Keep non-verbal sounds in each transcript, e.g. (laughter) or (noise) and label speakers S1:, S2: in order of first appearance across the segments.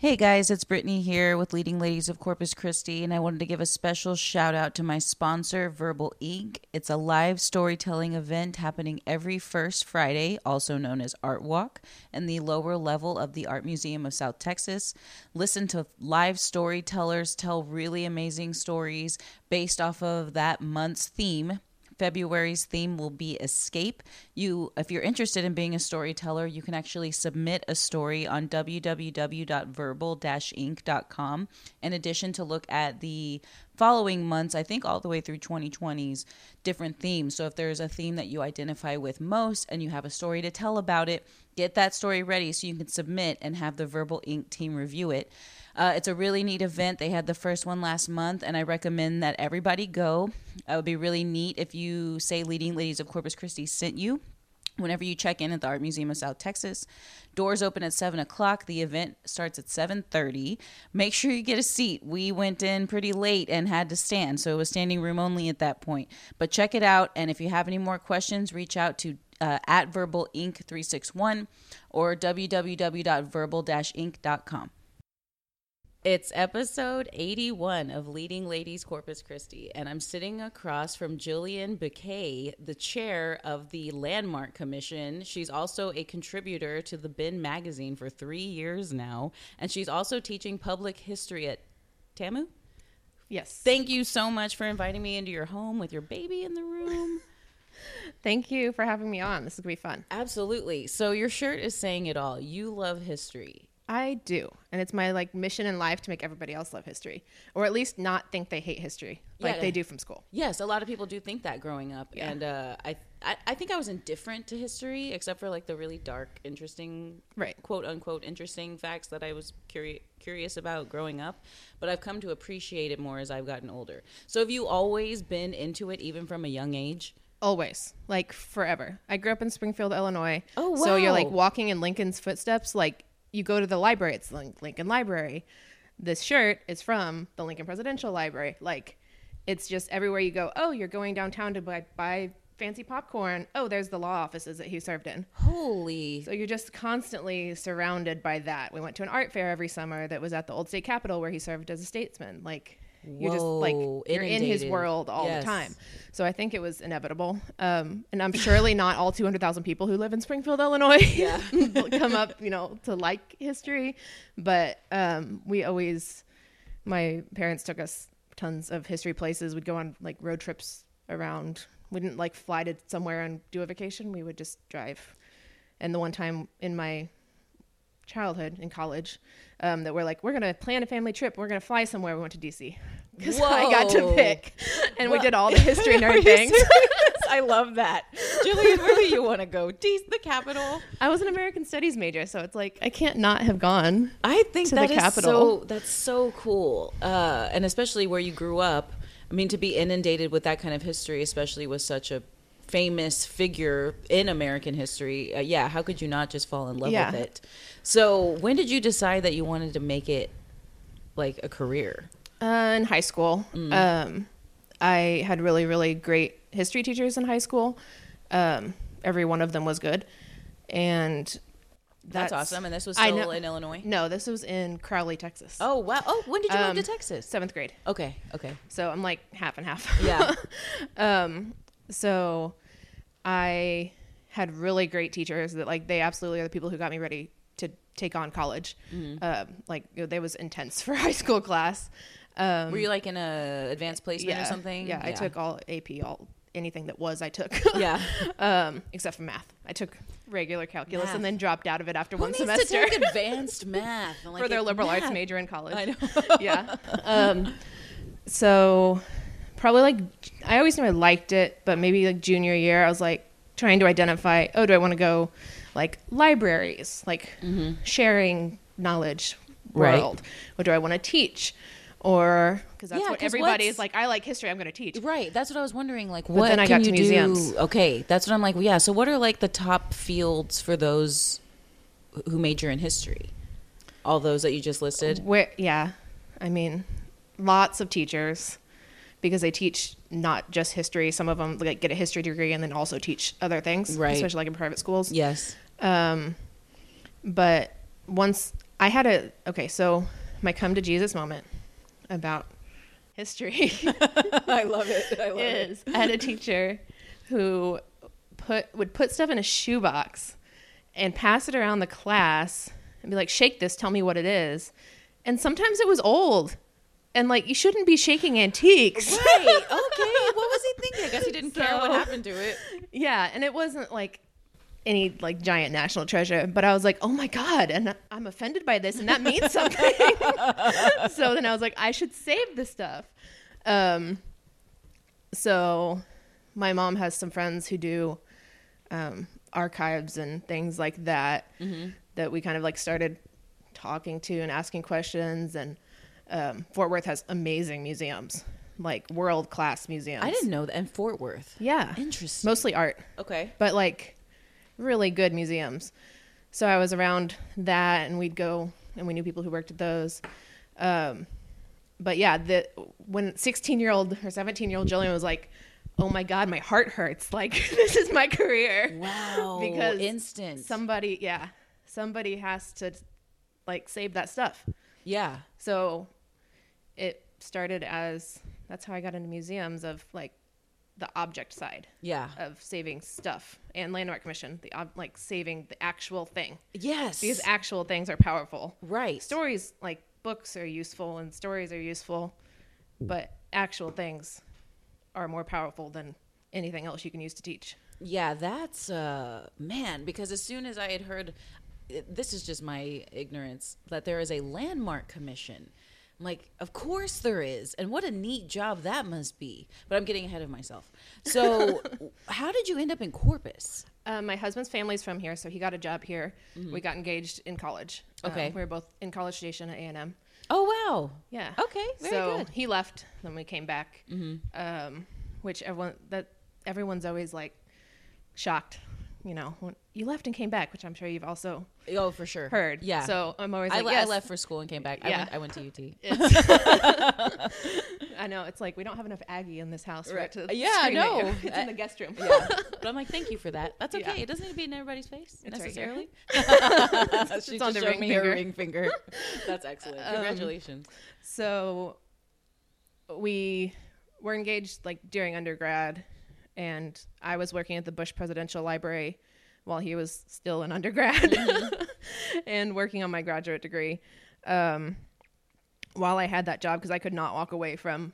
S1: Hey guys, it's Brittany here with Leading Ladies of Corpus Christi, and I wanted to give a special shout out to my sponsor, Verbal Ink. It's a live storytelling event happening every first Friday, also known as Art Walk, in the lower level of the Art Museum of South Texas. Listen to live storytellers tell really amazing stories based off of that month's theme. February's theme will be escape. You if you're interested in being a storyteller, you can actually submit a story on www.verbal-inc.com in addition to look at the following months, I think all the way through 2020's different themes. So if there's a theme that you identify with most and you have a story to tell about it, get that story ready so you can submit and have the Verbal Ink team review it. Uh, it's a really neat event. They had the first one last month, and I recommend that everybody go. Uh, It would be really neat if you say Leading Ladies of Corpus Christi sent you whenever you check in at the art museum of south texas doors open at 7 o'clock the event starts at 7.30 make sure you get a seat we went in pretty late and had to stand so it was standing room only at that point but check it out and if you have any more questions reach out to uh, at verbal inc 361 or www.verbal-inc.com it's episode 81 of Leading Ladies Corpus Christi, and I'm sitting across from Jillian Bouquet, the chair of the Landmark Commission. She's also a contributor to the Bin magazine for three years now, and she's also teaching public history at TAMU.
S2: Yes.
S1: Thank you so much for inviting me into your home with your baby in the room.
S2: Thank you for having me on. This is going to be fun.
S1: Absolutely. So, your shirt is saying it all. You love history.
S2: I do. And it's my like mission in life to make everybody else love history or at least not think they hate history like
S1: Yeah.
S2: they do from school.
S1: Yes, a lot of people do think that growing up,
S2: Yeah.
S1: and uh, I, I I think I was indifferent to history, except for like the really dark, interesting,
S2: Right.
S1: quote unquote interesting facts that I was curi- curious about growing up. But I've come to appreciate it more as I've gotten older. So have you always been into it, even from a young age?
S2: Always. Like forever. I grew up in Springfield, Illinois.
S1: Oh,
S2: So you're
S1: wow.
S2: like walking in Lincoln's footsteps. Like you go to the library, it's Lin- Lincoln Library. This shirt is from the Lincoln Presidential Library. Like it's just everywhere you go. Oh, you're going downtown to buy, buy fancy popcorn. Oh, there's the law offices that he served in.
S1: Holy, (laughs)
S2: So you're just constantly surrounded by that. We went to an art fair every summer that was at the old state capitol where he served as a statesman. Like you're just like
S1: Whoa,
S2: you're in his
S1: inundated.
S2: world all
S1: Yes.
S2: the time. So I think it was inevitable. Um, and I'm surely not all 200,000 people who live in Springfield, Illinois, (laughs)
S1: Yeah.
S2: come up, you know, to like history. But um, we always, my parents took us tons of history places. We'd go on like road trips around. We didn't like fly to somewhere and do a vacation. We would just drive. And the one time in my childhood in college um, that we're like, we're going to plan a family trip. We're going to fly somewhere. We went to DC. (laughs) Because I got
S1: Whoa.
S2: to pick. And
S1: Well-
S2: we did all the history nerd things.
S1: (laughs) I love that, Julian. Where do you want to go? De- the capital.
S2: I was an American studies major, so it's like I can't not have gone.
S1: I think
S2: to
S1: that
S2: the
S1: is
S2: capital.
S1: so that's so cool, uh, and especially where you grew up. I mean, to be inundated with that kind of history, especially with such a famous figure in American history, uh, yeah, how could you not just fall in love
S2: Yeah.
S1: with it? So, when did you decide that you wanted to make it like a career?
S2: Uh, in high school,
S1: Mm.
S2: um, I had really, really great history teachers in high school. Um, every one of them was good, and
S1: That's, awesome. And this was
S2: I
S1: still
S2: know-
S1: in Illinois.
S2: No, this was in Crowley, Texas.
S1: Oh wow! Oh, when did you
S2: Um,
S1: move to Texas?
S2: seventh grade.
S1: Okay,
S2: (laughs)
S1: okay,
S2: So I'm like half and half.
S1: yeah.
S2: um, (laughs) so I had really great teachers that like they absolutely are the people who got me ready to take on college.
S1: Mm-hmm.
S2: Um, like you know, they was intense (laughs) for high school class. Um,
S1: Were you like in a advanced placement or something?
S2: Yeah, I took all AP, all anything that was I took. (laughs)
S1: Yeah.
S2: um, except for math. I took regular calculus
S1: Math.
S2: and then dropped out of it after
S1: Who
S2: one
S1: needs
S2: semester
S1: to take advanced math I'm like,
S2: (laughs) for their
S1: it-
S2: liberal arts
S1: math.
S2: major in college.
S1: I know.
S2: (laughs) yeah. Um, so probably like I always knew I liked it, but maybe like junior year, I was like trying to identify. Oh, do I want to go like libraries, like sharing knowledge
S1: Mm-hmm. Right.
S2: world, or do I want to teach? Or because that's
S1: Yeah,
S2: what
S1: 'cause
S2: everybody
S1: what's-
S2: is like. I like history. I'm going to teach.
S1: Right. That's what I was wondering. Like, what
S2: then I
S1: can
S2: got
S1: you
S2: to
S1: do?
S2: museums.
S1: Okay, that's what I'm like. Well, yeah. So, what are like the top fields for those who major in history? All those that you just listed.
S2: Where, yeah, I mean, lots of teachers because they teach not just history. Some of them like get a history degree and then also teach other things,
S1: Right.
S2: (laughs) especially like in private schools.
S1: Yes.
S2: Um, but once I had a okay, so my come to Jesus moment about history (laughs)
S3: I love it. I love it.
S2: is I had a teacher who put would put stuff in a shoebox and pass it around the class and be like, "Shake this, tell me what it is." And sometimes it was old, and like you shouldn't be shaking antiques.
S3: Right. Okay. What was he thinking? I guess he didn't care what
S2: So-
S3: happened to it.
S2: Yeah, and it wasn't like any like giant national treasure, but I was like, "Oh my god!" And I'm offended by this, and
S1: (laughs)
S2: that means something. (laughs) so then I was like, "I should save this stuff." Um, so my mom has some friends who do um, archives and things like that
S1: Mm-hmm.
S2: that we kind of like started talking to and asking questions. And um, Fort Worth has amazing museums, like world class museums.
S1: I didn't know that. And Fort Worth.
S2: Yeah,
S1: Interesting.
S2: mostly art
S1: Okay.
S2: but like really good museums. So I was around that, and we'd go, and we knew people who worked at those. Um, but yeah, the when sixteen year old or seventeen year old Jillian was like, "Oh my god, my heart hurts! (laughs) Like this is my career."
S1: Wow.
S2: Because
S1: instant.
S2: Somebody, yeah, somebody has to like save that stuff.
S1: yeah.
S2: So it started as that's how I got into museums of like the object side
S1: Yeah.
S2: of saving stuff and landmark commission the ob- like saving the actual thing
S1: Yes.
S2: because actual things are powerful
S1: right.
S2: stories like books are useful and stories are useful but actual things are more powerful than anything else you can use to teach
S1: Yeah, that's uh man because as soon as I had heard this is just my ignorance that there is a landmark commission. I'm like, of course there is. And what a neat job that must be. But I'm getting ahead of myself.
S2: (laughs)
S1: So, how did you end up in Corpus?
S2: um, my husband's family's from here so he got a job here we got engaged in college Um,
S1: Mm-hmm. Okay.
S2: we were both in college station at a&m
S1: Oh, wow.
S2: Yeah.
S1: Okay, very
S2: so
S1: good. Mm-hmm.
S2: he left, then we came back. Um, which everyone that everyone's always like shocked, you know, when you left and came back, which I'm sure you've also
S1: Oh, for sure.
S2: heard.
S1: Yeah.
S2: So I'm always
S1: I,
S2: like,
S1: le-
S2: yes.
S1: I left for school and came back. I
S2: Yeah.
S1: went I went to UT. (laughs)
S2: (laughs) I know it's like we don't have enough Aggie in this house. Right.
S1: Right.
S2: to
S1: Yeah, I
S2: scream at you.
S1: know.
S2: (laughs) It's in the guest room.
S1: But I'm like, thank you for
S2: (laughs)
S1: that. That's okay.
S2: Yeah.
S1: It doesn't need to be in everybody's face
S2: (laughs) It's right
S1: necessarily. (laughs)
S2: here.
S1: she
S2: on the
S1: showed
S2: ring
S1: me her
S2: finger.
S1: ring
S2: (laughs)
S1: finger. Um, That's excellent. Congratulations.
S2: So we were engaged like during undergrad, and I was working at the Bush Presidential Library while he was still an undergrad
S3: Mm-hmm.
S2: (laughs) and working on my graduate degree. Um, while I had that job, because I could not walk away from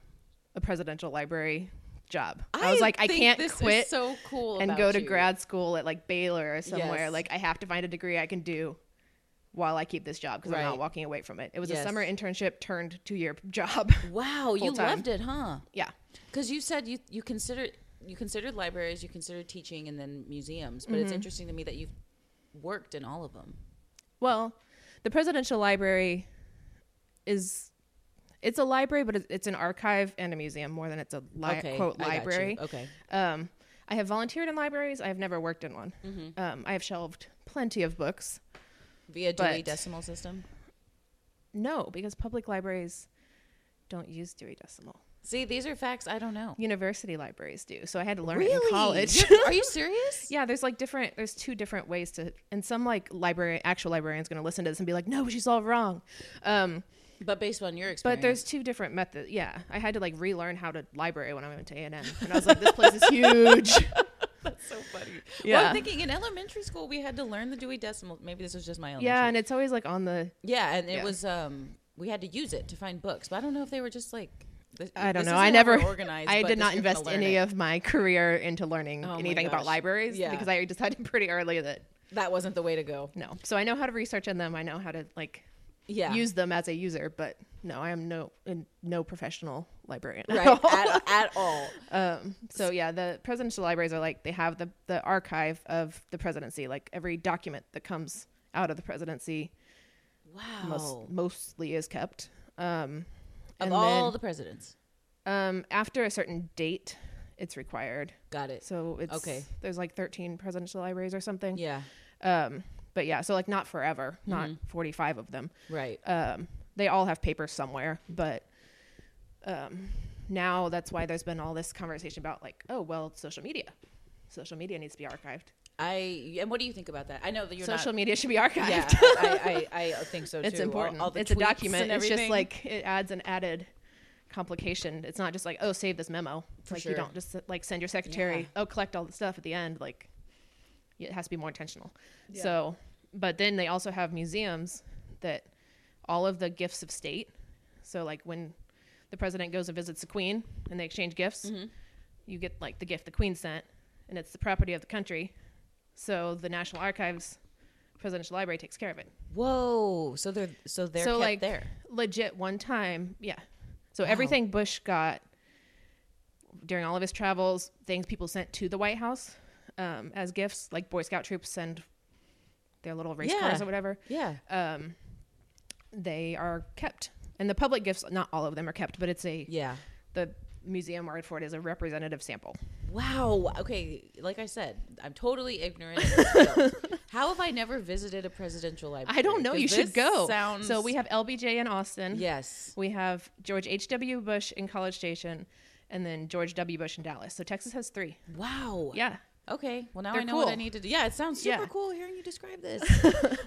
S2: a presidential library job, I, was like, I
S3: think
S2: can't
S3: this is
S2: quit
S3: so cool.
S2: and
S3: about
S2: go to
S3: you.
S2: grad school at like Baylor or somewhere.
S1: Yes.
S2: Like I have to find a degree I can do while I keep this job because I'm
S1: Right.
S2: not walking away from it. It was
S1: Yes.
S2: a summer internship turned two year (laughs) job.
S1: Wow, you
S2: full-time.
S1: loved it, huh?
S2: yeah.
S1: Because you said you you considered you considered libraries, you considered teaching, and then museums. But it's
S2: Mm-hmm.
S1: interesting to me that you've worked in all of them.
S2: Well, the presidential library is it's a library, but it's- it's an archive and a museum more than it's a li-
S1: okay,
S2: quote
S1: I got you.
S2: library.
S1: Okay,
S2: Um, I have volunteered in libraries. I have never worked in one. Um, I have shelved plenty of books.
S1: via Dewey
S2: But-
S1: Decimal System.
S2: No, because public libraries don't use Dewey Decimal.
S1: See, these are facts I don't know.
S2: university libraries do. So I had to learn it
S1: Really? (laughs)
S2: in college. (laughs)
S1: You- are you serious?
S2: yeah, there's like different. There's two different ways to, and some like library actual librarians going to listen to this and be like, no, she's all wrong. Um,
S1: But based on your
S2: but
S1: experience,
S2: there's two different methods. Yeah, I had to like relearn how to library when I went to A and M, and I was like, this place
S1: (laughs)
S2: is huge.
S1: that's (laughs) so funny. Well,
S2: Yeah.
S1: I'm thinking in elementary school we had to learn the Dewey Decimal. Maybe this was just my elementary.
S2: yeah, and it's always like on the.
S1: yeah, and it
S2: yeah.
S1: was um we had to use it to find books. But I don't know if they were just like. This,
S2: I don't
S1: this
S2: know. I
S1: isn't how we're
S2: (laughs) never
S1: organized.
S2: I
S1: but
S2: did
S1: this-
S2: not
S1: you're gonna
S2: invest
S1: learn
S2: any
S1: it.
S2: of my career into learning
S1: Oh my
S2: anything
S1: gosh.
S2: about libraries
S1: Yeah.
S2: because I decided (laughs) pretty early that
S1: That wasn't the way to go.
S2: no. So I know how to research on them. I know how to like
S1: Yeah.
S2: use them as a user, but no, I am no in, no professional librarian. at
S1: (laughs) right
S2: all. (laughs)
S1: at, at all.
S2: um, so yeah, the presidential libraries are like they have the the archive of the presidency, like every document that comes out of the presidency
S1: Wow.
S2: most, mostly is kept. Um,
S1: of
S2: and
S1: all the presidents.
S2: then, um, after a certain date, it's required.
S1: Got it.
S2: So it's
S1: Okay.
S2: There's like 13 presidential libraries or something.
S1: yeah.
S2: Um, but yeah, so like not forever, not
S1: Mm-hmm.
S2: 45 of them.
S1: Right.
S2: um, they all have papers somewhere, but um, now that's why there's been all this conversation about like, oh well, social media, social media needs to be archived.
S1: I and what do you think about that? I know that you're
S2: Social
S1: not.
S2: media should be archived.
S1: Yeah, I,
S2: (laughs)
S1: I, I I think so too.
S2: it's important.
S1: All, all the
S2: it's a
S1: tweets
S2: document.
S1: and
S2: It's just
S1: everything.
S2: like it adds an added complication. It's not just like oh save this memo. It's
S1: For
S2: like
S1: sure.
S2: you don't just like send your secretary
S1: Yeah.
S2: oh collect all the stuff at the end. Like it has to be more intentional. So, but then they also have museums that all of the gifts of state. So like when the president goes and visits the queen and they exchange gifts,
S1: Mm-hmm.
S2: you get like the gift the queen sent, and it's the property of the country. So the National Archives, Presidential Library takes care of it
S1: whoa. So they're so they're kept
S2: like
S1: there.
S2: legit one time yeah so everything bush got during all of his travels things people sent to the white house um, as gifts like boy scout troops send their little race
S1: Yeah.
S2: cars or whatever
S1: Yeah.
S2: um, they are kept and the public gifts not all of them are kept but it's a
S1: yeah.
S2: the museum word for it is a representative sample
S1: Wow. Okay. Like I said, I'm totally
S2: (laughs)
S1: ignorant. of this field. How have I never visited a presidential library?
S2: i don't know
S1: 'Cause
S2: you should
S1: this
S2: go
S1: Sounds
S2: so we have lbj in austin
S1: yes.
S2: We have George H.W. Bush in College Station and then George W. Bush in Dallas. So Texas has three.
S1: Wow.
S2: Yeah.
S1: Okay. Well, now
S2: They're
S1: I know what I
S2: cool.
S1: need to do. Yeah, it sounds super
S2: Yeah.
S1: cool hearing you describe
S2: (laughs)
S1: this.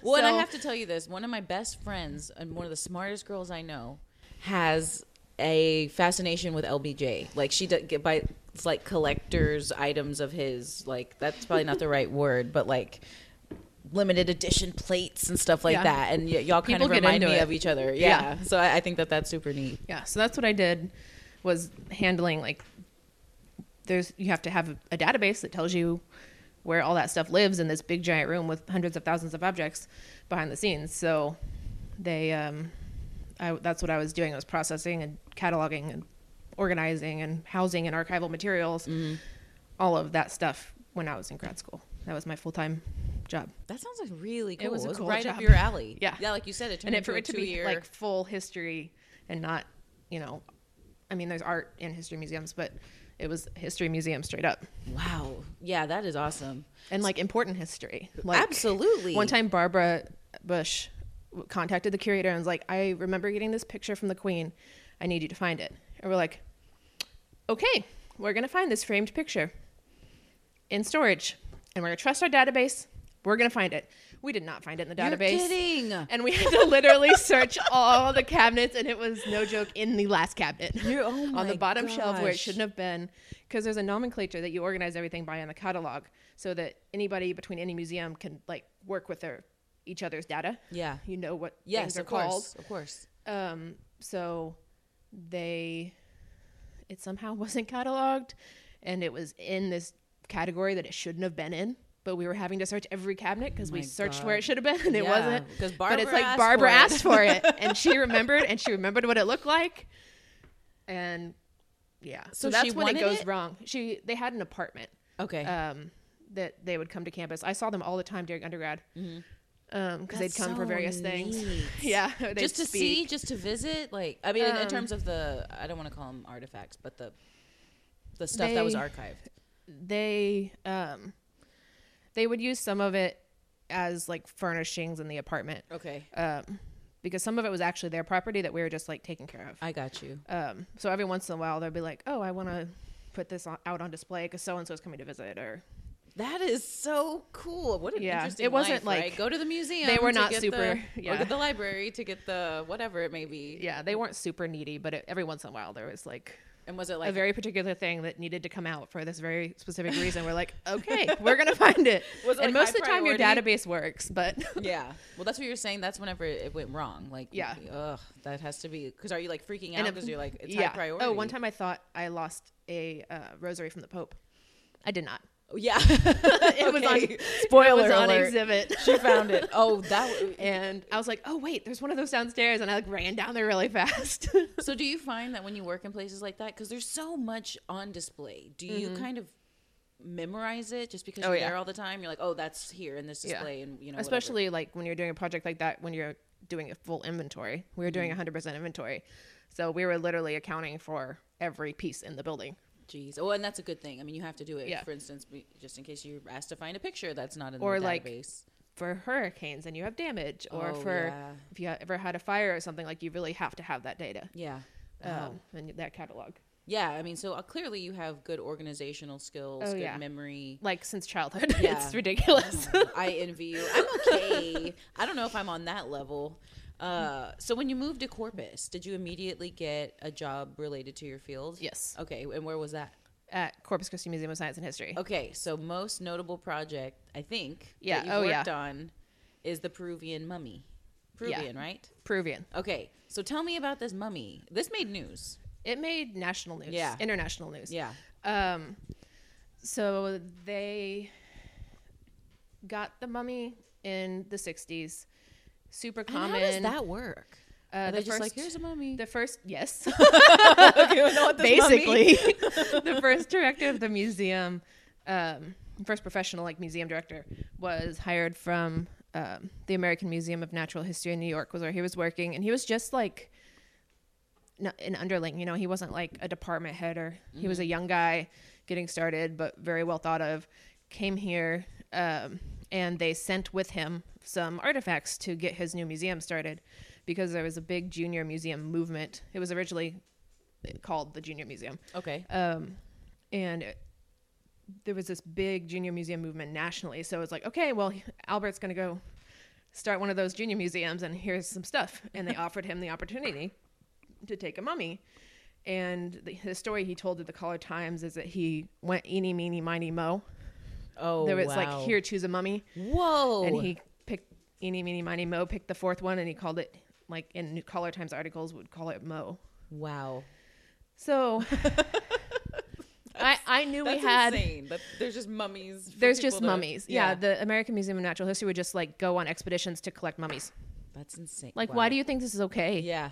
S1: well, and I
S2: So-
S1: have to tell you this one of my best friends and one of the smartest girls I know has a fascination with LBJ. Like, she d- get by, it's like collector's items of his. Like, that's probably not
S2: (laughs)
S1: the right word, but like limited edition plates and stuff like
S2: Yeah.
S1: that. And y- y'all kind
S2: People
S1: of
S2: get
S1: remind
S2: into
S1: me
S2: it.
S1: of each other. Yeah.
S2: Yeah.
S1: So I, I think that that's super neat.
S2: Yeah. So that's what I did was handling like there's you have to have a database that tells you where all that stuff lives in this big giant room with hundreds of thousands of objects behind the scenes. So they um I, that's what I was doing. I was processing and cataloging and organizing and housing and archival materials. All of that stuff when I was in grad school. That was my full-time job.
S1: That sounds like really cool.
S2: It was a cool
S1: right up
S2: job.
S1: your alley.
S2: Yeah.
S1: Yeah, like you said, it turned
S2: and it,
S1: into
S2: for
S1: a
S2: it to
S1: two
S2: be
S1: year.
S2: like full history and not you know i mean there's art in history museums but it was history museum straight up
S1: wow. Yeah, that is awesome.
S2: and like important history like
S1: Absolutely.
S2: one time barbara bush w- contacted the curator and was like i remember getting this picture from the queen i need you to find it and we're like okay we're going to find this framed picture in storage and we're going to trust our database we're going to find it we did not find it in the database
S1: You're (laughs) kidding.
S2: and we had to literally search all the cabinets and it was no joke in the last cabinet
S1: You're- oh
S2: (laughs) on
S1: my
S2: the bottom shelf where it
S1: gosh.
S2: shouldn't have been because there's a nomenclature that you organize everything by in the catalog so that anybody between any museum can like work with their each other's data
S1: Yeah.
S2: you know what
S1: Yes,
S2: things are
S1: of course.
S2: called
S1: Of course.
S2: um, so they it somehow (laughs) wasn't cataloged and it was in this category that it shouldn't have been in but we were having to search every cabinet because we
S1: Oh my
S2: searched
S1: God.
S2: where it should have been and it
S1: Yeah,
S2: wasn't
S1: 'cause
S2: but
S1: Barbara
S2: it's like
S1: asked
S2: barbara
S1: for it.
S2: asked for it and she remembered and she remembered what it looked like and yeah
S1: So
S2: so,
S1: she
S2: that's when
S1: wanted
S2: it goes
S1: it?
S2: wrong she they had an apartment
S1: (laughs) Okay.
S2: um, that they would come to campus i saw them all the time during undergrad because they'd
S1: Mm-hmm. That's
S2: come for
S1: so
S2: various
S1: neat.
S2: things (laughs)
S1: (laughs)
S2: yeah they'd
S1: just to
S2: speak.
S1: see, just to visit, like I mean, in, in terms of the, I don't want to call them artifacts, but the the stuff that was
S2: they-
S1: archived.
S2: they um they would use some of it as like furnishings in the apartment
S1: Okay,
S2: um because some of it was actually their property that we were just like taking care of
S1: I got you.
S2: um so every once in a while they'll be like oh i want to put this on, out on display because so and so is coming to visit or
S1: That is so cool. What an
S2: Yeah,
S1: interesting
S2: it wasn't
S1: life,
S2: like-
S1: right? go to the museum.
S2: They were
S1: to
S2: not
S1: get
S2: super-
S1: The, Or
S2: yeah.
S1: go to the library to get the whatever it may be.
S2: yeah they weren't super needy but it, every once in a while there was like
S1: And was it
S2: a
S1: like
S2: very particular thing that needed to come out for this very specific reason. We're like, okay, (laughs) we're gonna find it.
S1: (laughs) Was it,
S2: and
S1: like,
S2: most of the
S1: high
S2: time, your
S1: priority?
S2: database works, but (laughs)
S1: Yeah. Well, that's what you're saying. That's whenever it went wrong. Like,
S2: Yeah.
S1: Ugh, that has to be. Because are you like freaking out
S2: And
S1: because
S2: it-
S1: you're like it's
S2: yeah.
S1: high priority?
S2: Oh, one time I thought I lost a uh, rosary from the Pope. I did
S1: (laughs)
S2: not. (laughs)
S1: Oh, Yeah.
S2: It was on (laughs)
S1: Okay.
S2: it
S1: Spoiler
S2: was on
S1: alert. (laughs)
S2: exhibit.
S1: she found it. Oh, that. w-
S2: And I was like, oh wait, there's one of those downstairs, and I like ran down there really (laughs) fast.
S1: So do you find that when you work in places like that, because there's so much on display, do you kind of memorize it just because
S2: Mm-hmm. Oh,
S1: you're
S2: yeah.
S1: there all the time? You're like, oh, that's here in this
S2: Yeah.
S1: display, and you know, whatever.
S2: Especially like when you're doing a project like that, when you're doing a full inventory. We were
S1: Mm-hmm.
S2: doing 100% inventory, so we were literally accounting for every piece in the building.
S1: Jeez. Oh, and that's a good thing. I mean, you have to do it.
S2: Yeah.
S1: For instance, be- just in case you're asked to find a picture that's not in
S2: Or,
S1: the
S2: like,
S1: database.
S2: for hurricanes and you have damage or
S1: Oh,
S2: for
S1: yeah.
S2: if you ever had a fire or something like you really have to have that data
S1: Yeah. Wow.
S2: um, and that catalog
S1: Yeah, I mean, so uh, clearly you have good organizational skills,
S2: Oh,
S1: good
S2: yeah.
S1: memory.
S2: Like since childhood, (laughs)
S1: Yeah. Mm-hmm.
S2: it's ridiculous.
S1: I envy you. I'm okay. I don't know if I'm on that level. Uh, so when you moved to Corpus, did you immediately get a job related to your field?
S2: Yes.
S1: Okay, and where was that?
S2: At Corpus Christi Museum of Science and History.
S1: Okay, so most notable project I think
S2: Yeah,
S1: that you've
S2: oh, yeah.
S1: worked on is the Peruvian mummy. Peruvian, right?
S2: Peruvian.
S1: Okay, so tell me about this mummy. This made news.
S2: It made national news.
S1: Yeah.
S2: International news.
S1: Yeah.
S2: Um, so they got the mummy in the '60s. Super common.
S1: work?
S2: Uh,
S1: they
S2: the
S1: just
S2: first,
S1: like here's a
S2: (laughs)
S1: mummy.
S2: the first, yes.
S1: you know what this mummy-
S2: basically
S1: (laughs)
S2: the first director of the museum um, first professional like museum director was hired from um, the american museum of natural history in new york was where he was working and he was just like n- an underling you know he wasn't like a department head or he
S1: Mm-hmm.
S2: was a young guy getting started but very well thought of came here um, and they sent with him some artifacts to get his new museum started because there was a big junior museum movement it was originally called the junior museum
S1: Okay.
S2: um, and it- there was this big junior museum movement nationally. So it's like, okay, well, Albert's going to go start one of those junior museums, and here's some stuff.
S1: (laughs)
S2: And they offered him the opportunity to take a mummy. And the, the story he told to the Caller Times is that he went eeny, meeny, miny, mo.
S1: oh,
S2: there was
S1: wow. Oh.
S2: like, here, choose a mummy.
S1: Whoa.
S2: And he picked eeny, meeny, miny, mo, picked the fourth one, and he called it, like in Caller Times articles, would call it mo.
S1: wow. (laughs)
S2: So I, I knew we had.
S1: insane. That there's just mummies. for
S2: There's
S1: people
S2: just
S1: to-
S2: mummies. Yeah. the American Museum of Natural History would just like go on expeditions to collect mummies.
S1: That's insane.
S2: Like,
S1: Wow.
S2: why do you think this is okay?
S1: Yeah.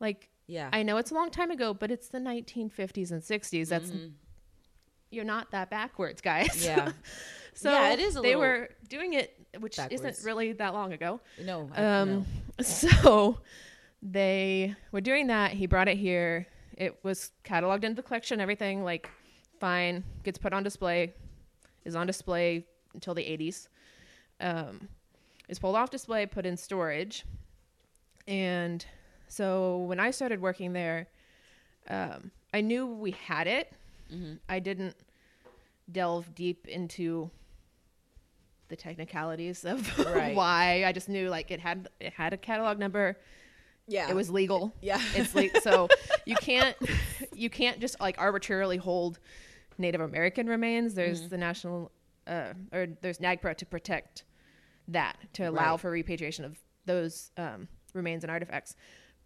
S2: Like,
S1: Yeah.
S2: I know it's a long time ago, but it's the 1950s and 60s. That's you're not that backwards, guys.
S1: (laughs) Mm-hmm. Yeah.
S2: (laughs) so
S1: Yeah, it is a
S2: they
S1: little
S2: were doing it, which
S1: backwards.
S2: isn't really that long ago.
S1: No. I,
S2: Um, (laughs)
S1: no.
S2: so they were doing that. He brought it here. It was cataloged into the collection. Everything like fine gets put on display. Is on display until the 80s. Um, is pulled off display, put in storage, and so when I started working there, um, I knew we had it. I didn't delve deep into the technicalities of (laughs)
S1: Right.
S2: why. I just knew like it had it had a catalog number.
S3: Yeah.
S2: It was legal.
S3: Yeah.
S2: It's le- so you can't (laughs) you can't just like arbitrarily hold Native American remains. There's
S1: Mm-hmm.
S2: the national uh, or there's NAGPRA to protect that to allow
S1: Right.
S2: for repatriation of those um, remains and artifacts,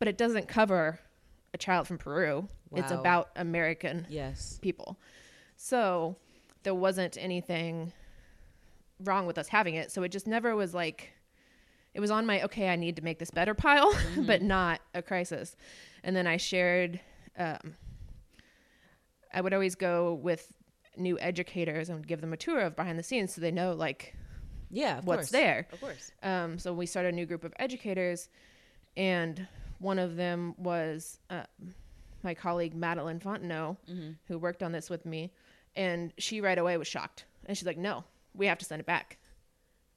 S2: but it doesn't cover a child from Peru. It's
S1: Wow.
S2: about American
S1: Yes.
S2: people. So there wasn't anything wrong with us having it. So it just never was like, it was on my, okay, I need to make this better pile, (laughs)
S1: Mm-hmm.
S2: but not a crisis. And then I shared, um, I would always go with new educators and give them a tour of behind the scenes so they know like
S1: Yeah. Of
S2: what's
S1: course.
S2: there.
S1: Of course.
S2: Um, so we started a new group of educators, and one of them was uh, my colleague Madeline Fontenot,
S1: Mm-hmm.
S2: who worked on this with me, and she right away was shocked, and she's like, "No, we have to send it back."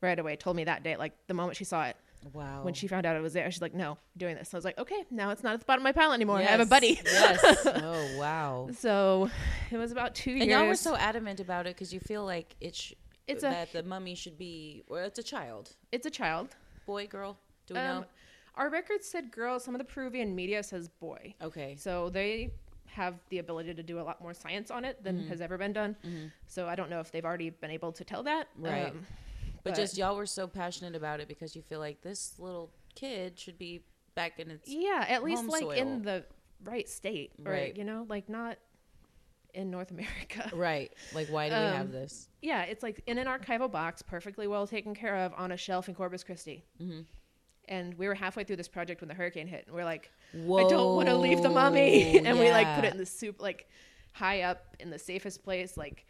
S2: Right away, told me that day, like the moment she saw it,
S1: Wow.
S2: when she found out it was there, she's like, "No, I'm doing this." So I was like, "Okay, now it's not at the bottom of my pile anymore. I have a
S1: Yes.
S2: buddy."
S1: (laughs) yes. Oh
S2: (laughs)
S1: wow.
S2: So it was about two
S1: And
S2: years.
S1: y'all were so adamant about it because you feel like it sh-
S2: It's a-
S1: that the mummy should be, or it's a child,
S2: it's a child.
S1: boy, girl. Do we
S2: Um, our records said girl. Some of the Peruvian media says boy.
S1: know? Okay.
S2: So they have the ability to do a lot more science on it
S1: Mm-hmm.
S2: than has ever been done. So I don't know if they've already been able to tell that.
S1: Right.
S2: Um,
S1: but,
S2: but-
S1: just y'all were so passionate about it because you feel like this little kid should be back in its.
S2: yeah, at least
S1: Home
S2: like
S1: soil.
S2: in the right state, or,
S1: Right.
S2: You know, like not in North America. (laughs)
S1: Right. Like, why do we have
S2: Um,
S1: this?
S2: Yeah, it's like in an archival box, perfectly well taken care of on a shelf in Corpus Christi.
S1: Mm-hmm.
S2: And we were halfway through this project when the hurricane hit, and we're like, I don't want to leave the mummy. (laughs)
S1: Whoa,
S2: and we like
S1: yeah.
S2: put it in the soup, like high up in the safest place, like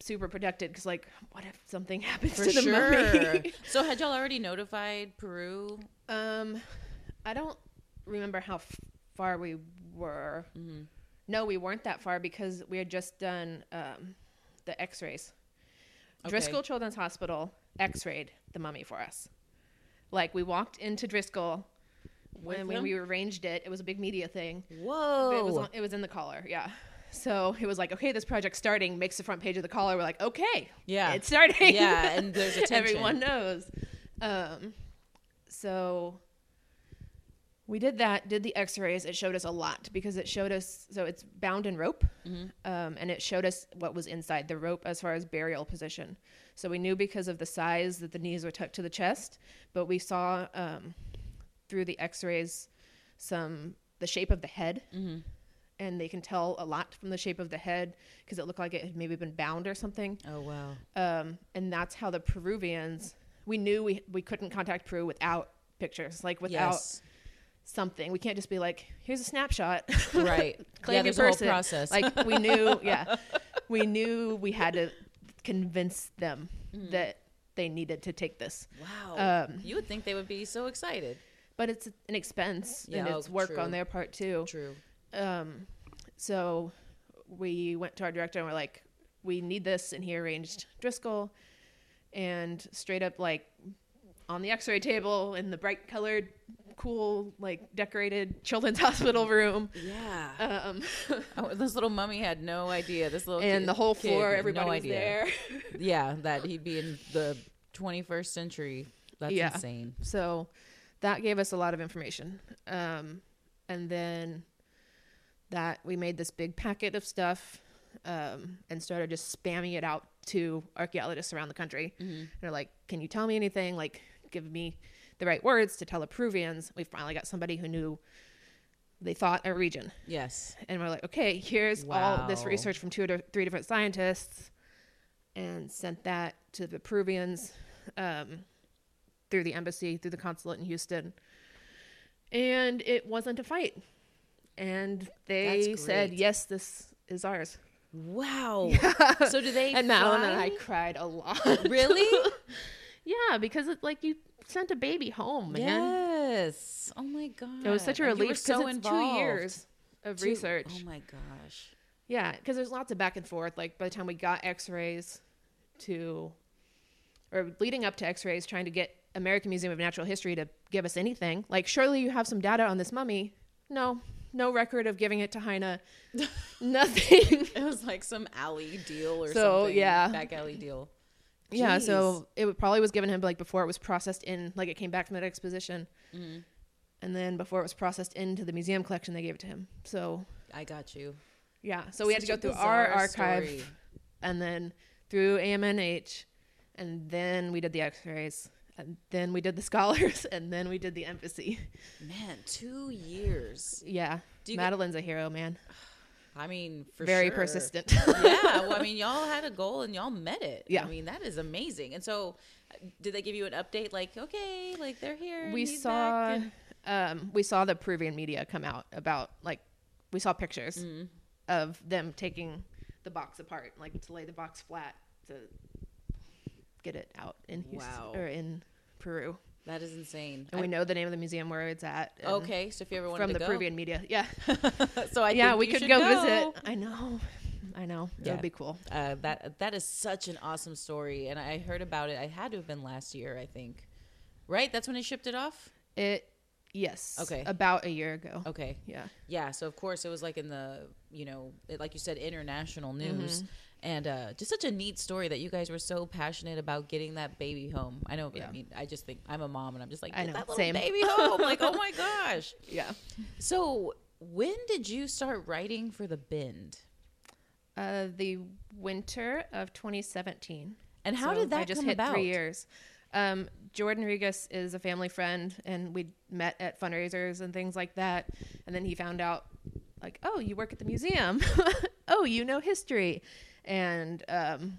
S2: super protected. Because like, what if something (laughs) happens
S1: For
S2: to the
S1: sure.
S2: (laughs) mummy?
S1: so had y'all already notified Peru?
S2: um, I don't remember how f- far we were.
S1: Mm-hmm.
S2: No, we weren't that far because we had just done um, the X-rays.
S1: Okay.
S2: Driscoll Children's Hospital X-rayed the mummy for us. Like we walked into Driscoll when, when
S3: them?
S2: we arranged it. It was a big media thing.
S3: Whoa.
S2: It
S1: Oh.
S2: was on, it was in the collar, yeah. So it was like, okay, this project's starting. Makes the front page of the collar. We're like, okay,
S1: Yeah.
S2: it's (laughs) starting.
S1: Yeah, and there's attention.
S2: (laughs) everyone knows. Um, so we did that. Did the X-rays? It showed us a lot because it showed us. So it's bound in rope, um, and it showed us what was inside the rope as far as burial position. So we knew because of the size that the knees were tucked to the chest, but we saw um, through the X-rays some the shape of the head and they can tell a lot from the shape of the head because it looked like it had maybe been bound or something.
S1: Oh wow.
S2: Um, and that's how the Peruvians. We knew we we couldn't contact Peru without pictures, like without
S1: Yes.
S2: something. We can't just be like, "Here's a snapshot."
S1: (laughs) Right.
S2: (laughs)
S1: Yeah,
S2: Claim your
S1: there's a whole
S2: person.
S1: process.
S2: Like
S1: (laughs)
S2: we knew, yeah, we knew we had to convince them
S1: Hmm.
S2: that they needed to take this.
S1: Wow.
S2: Um,
S1: you would think they would be so excited.
S2: But it's an expense and
S1: Yeah,
S2: it's
S1: oh,
S2: work
S1: true.
S2: on their part too.
S1: True.
S2: um, so we went to our director and we're like, we need this, and he arranged Driscoll, and straight up like on the X-ray table in the bright colored, cool like decorated children's (laughs) hospital room,
S1: Yeah.
S2: um,
S1: Uh, Oh, this little mummy had no idea. This little
S2: and
S1: ki-
S2: the whole
S1: kid
S2: floor,
S1: had no
S2: everybody was
S1: idea.
S2: there. (laughs)
S1: Yeah, that he'd be in the 21st century. That's
S2: Yeah.
S1: insane.
S2: So that gave us a lot of information. Um, and then that we made this big packet of stuff um, and started just spamming it out to archaeologists around the country. They're like, can you tell me anything? Like, give me the right words to tell the Peruvians. We finally got somebody who knew they thought a region.
S1: Yes.
S2: And we're like, okay, here's all this
S1: Wow.
S2: research from two to three different scientists, and sent that to the Peruvians um, through the embassy, through the consulate in Houston. And it wasn't a fight. And they
S1: That's
S2: said,
S1: great.
S2: yes, this is ours. (laughs)
S1: Wow. So do they
S2: And Malin and I
S1: fly?
S2: cried a lot. (laughs)
S1: (laughs) Really?
S2: yeah, because it's like you sent a baby home, man.
S1: Yes. Oh my god.
S2: It was such a
S1: And you were
S2: relief because
S1: so
S2: it's
S1: involved.
S2: two years of
S1: Two-
S2: research.
S1: Oh my
S2: (laughs)
S1: gosh.
S2: Yeah, because there's lots of back and forth. Like by the time we got X-rays, to or leading up to X-rays, trying to get American Museum of Natural History to give us anything. Like, surely you have some data on this mummy? No, no record of giving it
S1: (laughs)
S2: to Heine. Nothing.
S1: (laughs) It was like some alley deal or
S2: So,
S1: something.
S2: yeah.
S1: Back alley deal.
S2: yeah,
S1: Jeez.
S2: so it would- probably was given him like before it was processed in, like it came back from that exposition,
S1: Mm-hmm.
S2: and then before it was processed into the museum collection, they gave it to him. So
S1: I got you.
S2: yeah, so we had to
S1: Such
S2: go
S1: a
S2: through our
S1: bizarre
S2: archive.
S1: story.
S2: and then through AMNH, and then we did the X-rays, and then we did the (laughs) scholars, and then we did the embassy.
S1: Man, two years.
S2: Yeah,
S1: Do you get-
S2: Madeline's a hero, man.
S1: I mean, for
S2: Very
S1: sure.
S2: persistent.
S1: (laughs)
S2: (laughs)
S1: yeah. Well, I mean, y'all had a goal and y'all met it.
S2: Yeah.
S1: I mean, that is amazing. And so, did they give you an update? Like, okay, like they're here. and
S2: we
S1: he's back
S2: saw,
S1: and-
S2: um, we saw the Peruvian media come out about like we saw pictures
S1: Mm.
S2: of them taking the box apart, like to lay the box flat to get it out in Houston,
S1: Wow.
S2: or in Peru.
S1: that is insane.
S2: And we know the name of the museum where it's at.
S1: I-
S2: and
S1: okay, so if you ever want
S2: From
S1: to
S2: the
S1: go,
S2: Peruvian media. Yeah.
S1: (laughs) so I
S2: yeah,
S1: think
S2: we
S1: you
S2: could
S1: should
S2: go, visit. I know. I know. It
S1: Yeah.
S2: would be cool.
S1: Uh, that that is such an awesome story, and I heard about it. I had to have been last year, I think. Right, that's when they shipped it off.
S2: It yes.
S1: Okay.
S2: About a year ago.
S1: Okay,
S2: Yeah.
S1: yeah. So of course it was like in the you know it- like you said international news,
S2: Mm-hmm.
S1: and uh, just such a neat story that you guys were so passionate about getting that baby home. I know. I
S2: Yeah.
S1: mean, I just think I'm a mom, and I'm just like
S2: I
S1: get
S2: know,
S1: that little
S2: same.
S1: baby home. like oh
S2: (laughs)
S1: my gosh.
S2: Yeah.
S1: So when did you start writing for the Bend?
S2: Uh, the winter of 2017.
S1: And how
S2: So
S1: did that
S2: I just
S1: come
S2: hit
S1: about?
S2: three years. Um, Jordan Regas is a family friend, and we met at fundraisers and things like that. And then he found out, like, oh, you work at the museum. (laughs) oh, you know history. And um,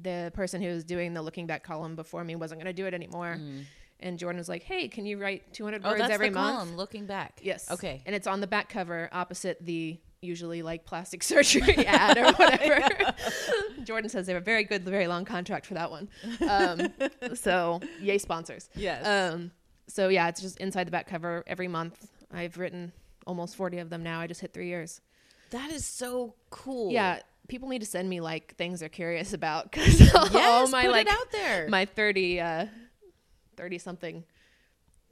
S2: the person who was doing the looking back column before me wasn't going to do it anymore. And Jordan was like, hey, can you write 200
S1: Mm. Oh,
S2: words
S1: that's
S2: every
S1: the
S2: month?
S1: column. Looking back.
S2: Yes.
S1: Okay.
S2: And it's on the back cover opposite the usually like plastic (laughs) surgery ad or whatever. (laughs) Jordan says they have a very good, very long contract for that one. Um, (laughs) so, yay, sponsors.
S1: Yes.
S2: Um, so, yeah, it's just inside the back cover every month. I've written almost 40 of them now. I just hit three years.
S1: That is so cool.
S2: Yeah. (laughs) People need to send me like things they're curious about because (laughs) all
S1: Yes,
S2: (laughs) my
S1: put
S2: like
S1: it out there.
S2: my 30 uh 30 something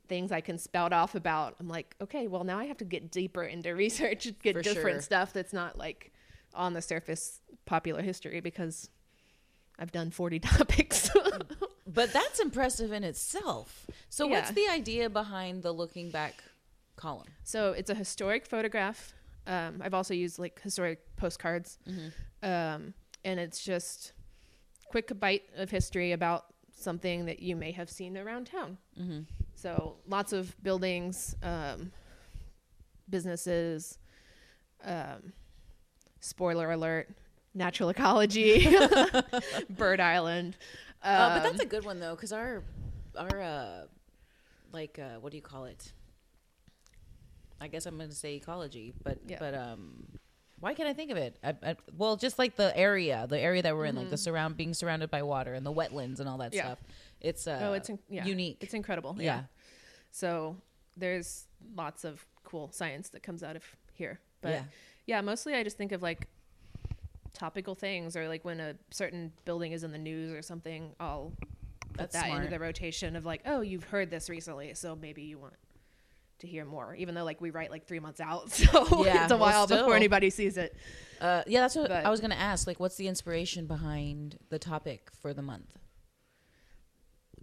S2: things I can spout off about. I'm like, okay, well now I have to get deeper into (laughs) research, get
S3: For
S2: different
S3: sure.
S2: stuff that's not like on the surface popular history because I've done 40 (laughs) topics.
S1: But that's impressive in itself. So what's
S2: Yeah.
S1: the idea behind the looking back column?
S2: So it's a historic photograph. Um, I've also used like historic postcards,
S1: Mm-hmm.
S2: um, and it's just quick bite of history about something that you may have seen around town.
S1: Mm-hmm.
S2: So lots of buildings, um, businesses. Um, spoiler alert: natural ecology,
S1: (laughs)
S2: (laughs) Bird Island. Um,
S1: Oh,
S3: Uh, but that's a good one though, because our our uh, like uh, what do you call it?
S1: I guess I'm going to say ecology, but
S2: Yeah.
S1: but um, why can't I think of it? I, I, well, just like the area, the area that we're in, like the surround being surrounded by water and the wetlands and all that
S2: Mm-hmm. Yeah.
S1: stuff. It's uh,
S2: oh, it's in- yeah,
S1: unique.
S2: It's incredible.
S1: yeah.
S2: So there's lots of cool science that comes out of here. But yeah.
S1: Yeah.
S2: mostly I just think of like topical things or like when a certain building is in the news or something, I'll put
S1: That's
S2: that
S1: smart.
S2: into the rotation of like, oh, you've heard this recently, so maybe you want to hear more. Even though like we write like three months out, (laughs) so
S1: Yeah,
S2: it's a
S1: well,
S2: while
S1: still.
S2: before anybody sees it.
S1: Uh, yeah, that's what
S2: But-
S1: I was going to ask. Like, what's the inspiration behind the topic for the month?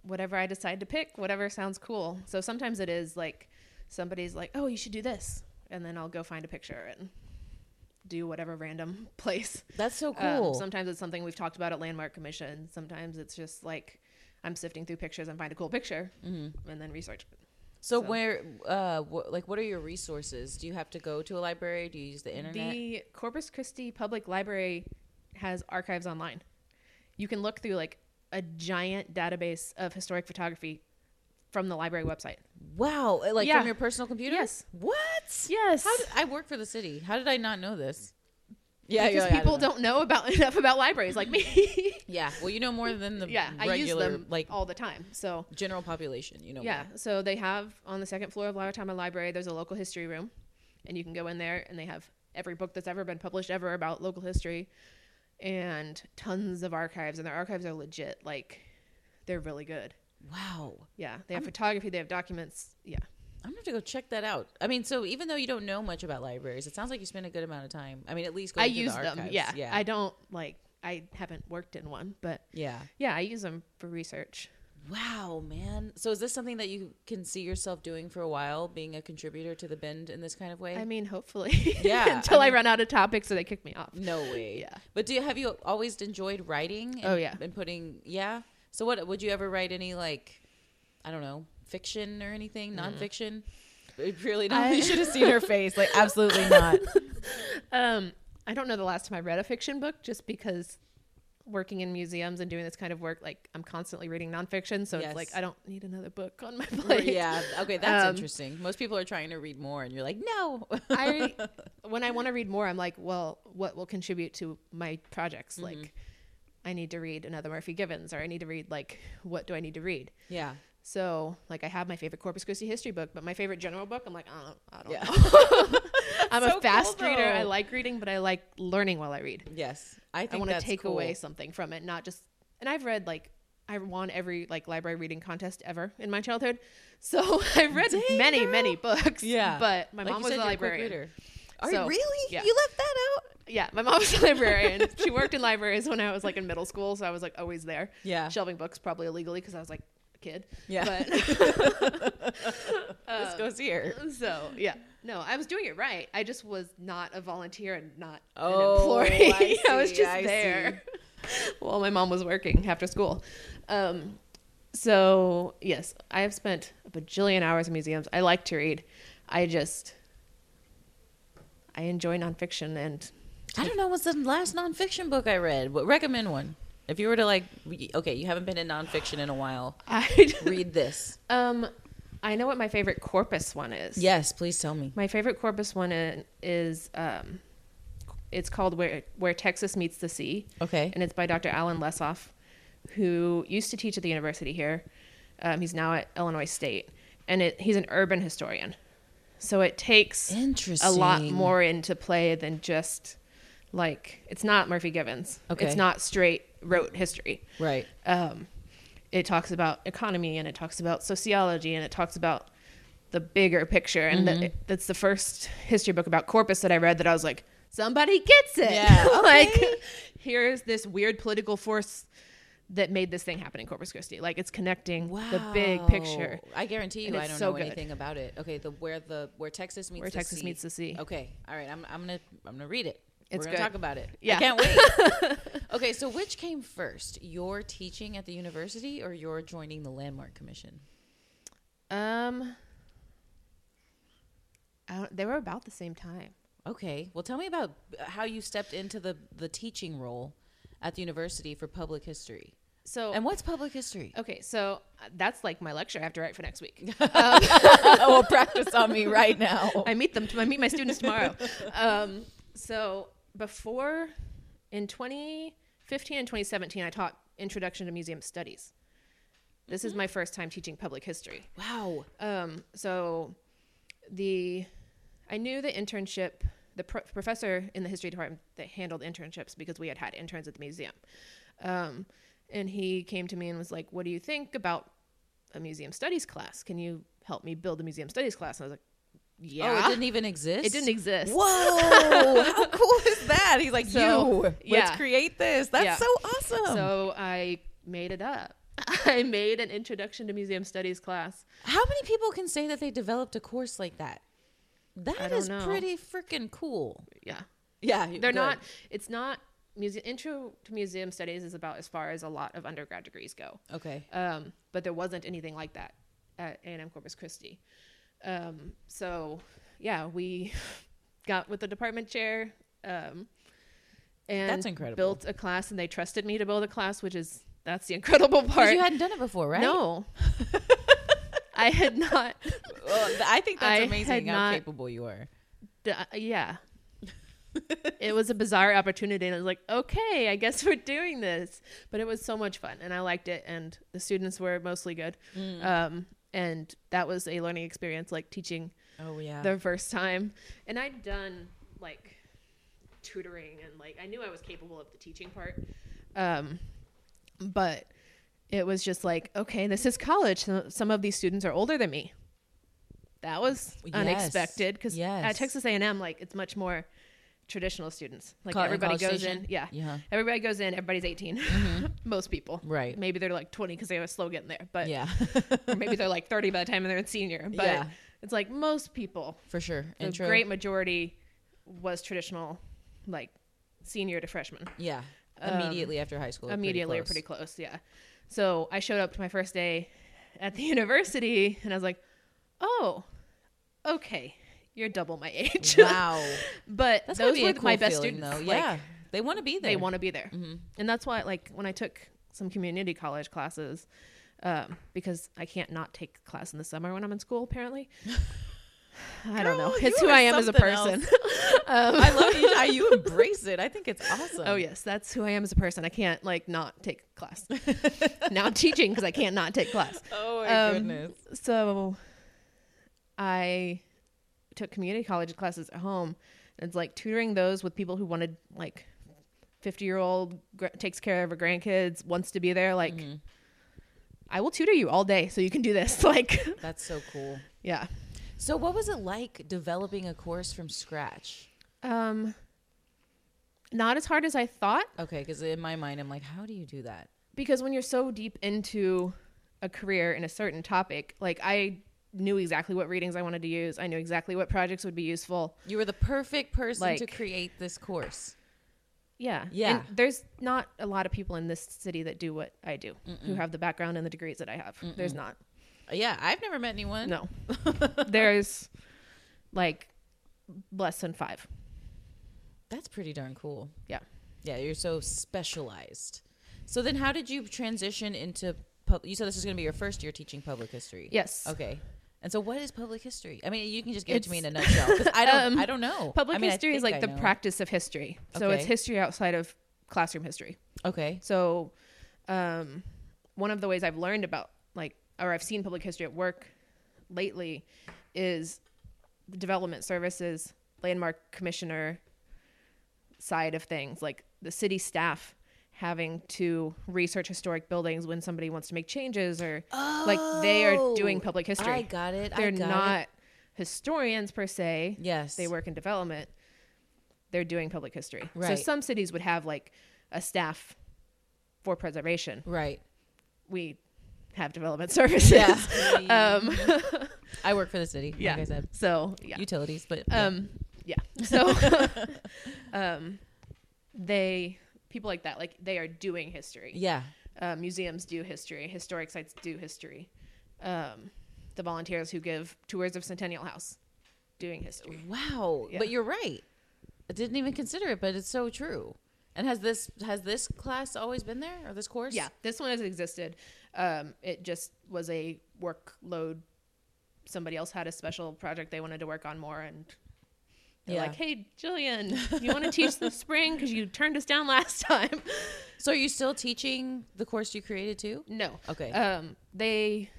S2: whatever I decide to pick, whatever sounds cool. So sometimes it is like somebody's like, "Oh, you should do this," and then I'll go find a picture and do whatever random (laughs) place.
S1: That's so
S2: Um,
S1: Oh, cool.
S2: sometimes it's something we've talked about at Landmark Commission. Sometimes it's just like I'm sifting through pictures and find a cool picture and then research. it.
S1: so, where, uh, wh- like, what are your resources? Do you have to go to a library? Do you use the internet?
S2: The Corpus Christi Public Library has archives online. You can look through like a giant database of historic photography from the library website.
S1: Wow, uh, like
S2: Yeah.
S1: from your personal computer?
S2: Yes.
S1: What?
S2: Yes.
S1: How did, I work for the city. How did I not know this?
S3: Yeah,
S2: because people don't know. about (laughs) enough about libraries like me.
S1: Yeah. Well, you know more than the
S2: yeah, I use
S1: regular,
S2: them
S1: like Oh,
S2: all the time. So
S1: general population. You know.
S2: yeah,
S1: more.
S2: so they have on the second floor of La Tama Library. There's a local history room, and you can go in there, and they have every book that's ever been published ever about local history, and tons of archives. And their archives are legit. Like they're really good.
S1: Wow.
S2: Yeah, they have photography. They have documents. Yeah,
S1: I'm gonna have to go check that out. I mean, so even though you don't know much about libraries, it sounds like you spend a good amount of time. I mean, at least
S2: I
S1: going through
S2: use
S1: the
S2: them.
S1: archives.
S2: Yeah.
S1: Yeah.
S2: I don't like. I haven't worked in one, but
S1: yeah.
S2: yeah, I use them for research.
S1: Wow, man. So is this something that you can see yourself doing for a while, being a contributor to the bend in this kind of way?
S2: I mean, hopefully. (laughs)
S1: Yeah,
S2: Until
S1: I mean-
S2: I,
S1: Mm-hmm.
S2: run out of topics, so they kick me off.
S1: No way.
S2: (laughs) Yeah.
S1: But do you have you always enjoyed writing? And,
S2: Oh, yeah.
S1: And putting yeah. So what would you ever write any like, I don't know, fiction or anything, nonfiction? It really not.
S2: I- (laughs)
S1: you should have seen her face. Like (laughs) absolutely not.
S2: Um, I don't know the last time I read a fiction book, just because working in museums and doing this kind of work, like I'm constantly reading nonfiction, so
S1: Yes.
S2: it's like I don't need another book
S1: (laughs)
S2: on my
S1: Or,
S2: plate.
S1: yeah. Okay, that's
S2: Um,
S1: interesting. Most people are trying to read more, and you're like, no. (laughs)
S2: I when I want to read more, I'm like, well, what will contribute to my projects?
S1: Mm-hmm.
S2: Like, I need to read another Murphy Givens, or I need to read like, what do I need to read?
S1: yeah.
S2: So, like, I have my favorite Corpus Christi history book, but my favorite general book, I'm like, I don't, I don't
S1: Yeah. (laughs)
S2: know. I'm
S1: So
S2: a fast
S1: cool,
S2: reader. I
S1: though.
S2: like reading, but I like learning while I read.
S1: Yes. I
S2: I
S1: think
S2: want to
S1: that's
S2: take
S1: cool.
S2: away something from it, not just. And I've read like I won every like library reading contest ever in my childhood, (laughs) so I've read many many books.
S1: Yeah.
S2: but my
S1: Like
S2: mom
S1: you
S2: was
S1: said,
S2: a
S1: you're quick
S2: librarian.
S1: reader. Are
S2: So,
S1: you really?
S2: yeah.
S1: You left that out?
S2: Yeah, my mom
S1: (laughs)
S2: was a librarian. she worked in libraries when I was like in middle school, so I was like always there.
S1: Yeah.
S2: shelving books probably illegally because I was like a kid.
S1: Yeah.
S2: but
S1: this goes here.
S2: so yeah. No, I was doing it right. I just was not a volunteer and not
S1: Oh,
S2: an employee.
S1: I
S2: (laughs) I, was
S1: see,
S2: just
S1: I
S2: there (laughs) while my mom was working after school. Um, so yes, I have spent a bajillion hours in museums. I like to read. I just I enjoy nonfiction and (laughs)
S1: I don't know what's the last nonfiction book I read. But recommend one if you were to like. re- Okay, you haven't been in nonfiction in a while.
S2: I
S1: Read this.
S2: um I know what my favorite corpus one
S1: (laughs)
S2: is.
S1: Yes, please tell me.
S2: My favorite corpus one i- is um it's called Where Where Texas Meets the Sea.
S1: Okay.
S2: and it's by Dr. Alan Lesoff, who used to teach at the university here. Um, he's now at Illinois State, and it, he's an urban historian. So it takes
S1: Interesting.
S2: a lot more into play than just like it's not Murphy Givens.
S1: Okay.
S2: It's not straight rote history.
S1: Right.
S2: Um, it talks about economy and it talks about sociology and it talks about the bigger picture. And that, that's the first history book about Corpus that I read that I was like, somebody gets it. (laughs)
S1: Yeah,
S2: like,
S1: okay.
S2: here's this weird political force that made this thing happen in Corpus Christi. Like, it's connecting the big picture.
S1: Wow. I guarantee
S2: And
S1: you, I
S2: it's
S1: don't
S2: so
S1: know
S2: good.
S1: anything about it. Okay, the where the where Texas meets
S2: Where
S1: the
S2: Texas
S1: sea.
S2: meets the sea.
S1: Okay, all right. I'm I'm gonna I'm gonna read it.
S2: It's
S1: We're gonna
S2: good.
S1: talk about it. I
S2: Yeah.
S1: can't wait. (laughs) okay, so which came first, your teaching at the university or your joining the Landmark Commission?
S2: Um, I don't, they were about the same time.
S1: Okay, well, tell me about uh, how you stepped into the the teaching role at the university for public history.
S2: So
S1: And what's public history? (laughs)
S2: okay, so uh, that's like my lecture I have to write for next week.
S1: Oh, well, practice on me right now.
S2: I meet them. I meet my students tomorrow. um, so before, in 2015 and 2017, I taught Introduction to Museum Studies. This
S1: Mm-hmm.
S2: is my first time teaching public history.
S1: Wow.
S2: Um, so the I knew the internship, the pro- professor in the history department that handled internships because we had had interns at the museum. Um, and he came to me and was like, "What do you think about a museum studies class? Can you help me build a museum studies class?" And I was like, "Yeah."
S1: Oh, it didn't even exist.
S2: It didn't exist.
S1: Whoa! (laughs) How cool is that? He's like,
S2: So,
S1: you.
S2: yeah.
S1: Let's create this. That's
S2: Yeah.
S1: so awesome.
S2: So I made it up. (laughs) I made an introduction to museum studies class.
S1: How many people can say that they developed a course like that? That
S2: don't
S1: is
S2: know.
S1: pretty freaking cool.
S2: Yeah.
S1: Yeah,
S2: They're not it's not muse- intro to museum studies is about as far as a lot of undergrad degrees go.
S1: okay.
S2: Um, but there wasn't anything like that at A&M Corpus Christi. Um, so yeah, we (laughs) got with the department chair um, and
S1: That's incredible.
S2: built a class and they trusted me to build a class, which is that's the (laughs) incredible part.
S1: Because you hadn't done it before, right?
S2: No. I had not.
S1: Well, th- I think that's
S2: I had
S1: amazing how
S2: not-
S1: capable you are.
S2: d- uh, yeah. it was a bizarre opportunity. And I was like, okay, I guess we're doing this. But it was so much fun. And I liked it. And the students were mostly good. Um, and that was a learning experience, like teaching
S1: Oh yeah.
S2: the first time. And I'd done like tutoring and like I knew I was capable of the teaching part. Um, but it was just like, okay, this is college. So Some of these students are older than me. That was
S1: Yes.
S2: unexpected because
S1: Yes.
S2: at Texas A&M, like it's much more traditional students. Like
S1: Col- in
S2: everybody
S1: College
S2: goes in,
S1: Station?
S2: yeah,
S1: Yeah. Mm-hmm.
S2: everybody goes in. Everybody's 18 (laughs) Most people,
S1: Right.
S2: Maybe they're like twenty because they were slow getting there,
S1: (laughs)
S2: but
S1: Yeah.
S2: or (laughs) maybe they're like thirty by the time they're a senior. But
S1: Yeah.
S2: it's like most people
S1: For sure.
S2: the
S1: Intro.
S2: great majority was traditional, like senior to freshman.
S1: Yeah. Um, Immediately after high school.
S2: Immediately
S1: close.
S2: or
S1: (laughs)
S2: pretty close, yeah. So I showed up to my first day at the (laughs) university and I was like, oh, okay, you're double my age.
S1: (laughs) Wow.
S2: (laughs) but
S1: That's
S2: those
S1: gotta be
S2: were
S1: a cool
S2: my best
S1: feeling,
S2: students.
S1: though.
S2: Like,
S1: Yeah. Mm-hmm. they want to be there. (laughs)
S2: They want to be there. And that's why, like, when I took some community college classes, um, because I can't not take a class in the summer when I'm in
S1: (laughs)
S2: school, apparently. I don't know.
S1: Girl,
S2: It's
S1: you
S2: who
S1: are
S2: I am as a
S1: something
S2: person.
S1: I love you. I, you embrace it. I think it's awesome.
S2: Oh yes, that's who I am as a person. I can't like not take class. (laughs) now I'm teaching because I can't not take class.
S1: Oh my
S2: Um,
S1: goodness.
S2: So I took community college classes at home. And it's like tutoring those with people who wanted like 50 year old gra- takes care of her grandkids, wants to be there. Like I will tutor you all day so you can do this. (laughs) Like
S1: (laughs) That's so cool.
S2: yeah.
S1: So, what was it like developing a course from scratch?
S2: Um, not as hard as I thought.
S1: Okay, because in my mind, I'm like, how do you do that?
S2: because when you're so deep into a career in a certain topic, like I knew exactly what readings I wanted to use. I knew exactly what projects would be useful.
S1: You were the perfect person to
S2: Like-
S1: create this course.
S2: Yeah.
S1: Yeah.
S2: And there's not a lot of people in this city that do what I do, who have the background and the degrees that I have. There's
S1: (laughs)
S2: not.
S1: Yeah, I've never met anyone.
S2: No. there's like less than five.
S1: That's pretty darn cool.
S2: Yeah.
S1: Yeah, you're so specialized. So, then how did you transition into public? You said this is going to be your first year teaching public history.
S2: Yes.
S1: Okay. And so, what is public history? I mean, you can just give it to me in a
S2: It's-
S1: nutshell. 'cause I don't.
S2: (laughs) Um,
S1: I don't know.
S2: Public
S1: I mean, I
S2: history is
S1: think
S2: like
S1: I
S2: the
S1: know.
S2: practice of history. So it's
S1: Okay.
S2: history outside of classroom history.
S1: Okay.
S2: So, um, one of the ways I've learned about like, or I've seen public history at work lately, is the development services, landmark commissioner side of things. Like the city staff having to research historic buildings when somebody wants to make changes or like they are doing public history.
S1: Oh, I got it.
S2: They're
S1: I got
S2: not
S1: It.
S2: historians per se.
S1: Yes.
S2: They work in development. They're doing public history. So
S1: Right.
S2: some cities would have like a staff for preservation. (laughs)
S1: Right.
S2: We have development (laughs) services. Um,
S1: (laughs) I work for the city.
S2: yeah.
S1: Like I said,
S2: So yeah.
S1: utilities, but
S2: Um,
S1: (laughs)
S2: yeah. So, (laughs) um, they people like that, like they are doing history.
S1: yeah.
S2: Uh, museums do history. Historic sites do history. Um, the volunteers who give tours of Centennial House, doing history.
S1: Wow.
S2: Yeah.
S1: But you're right. I didn't even consider it, but it's so true. And has this has this class always been there or this course?
S2: Yeah, this one has existed. Um, it just was a workload. Somebody else had a special project they wanted to work on more, and they're
S1: Yeah.
S2: like, "Hey, Jillian, you want to teach this spring? Because you turned us down (laughs) last time."
S1: So are you still teaching the course you created too?
S2: No.
S1: Okay.
S2: Um, they,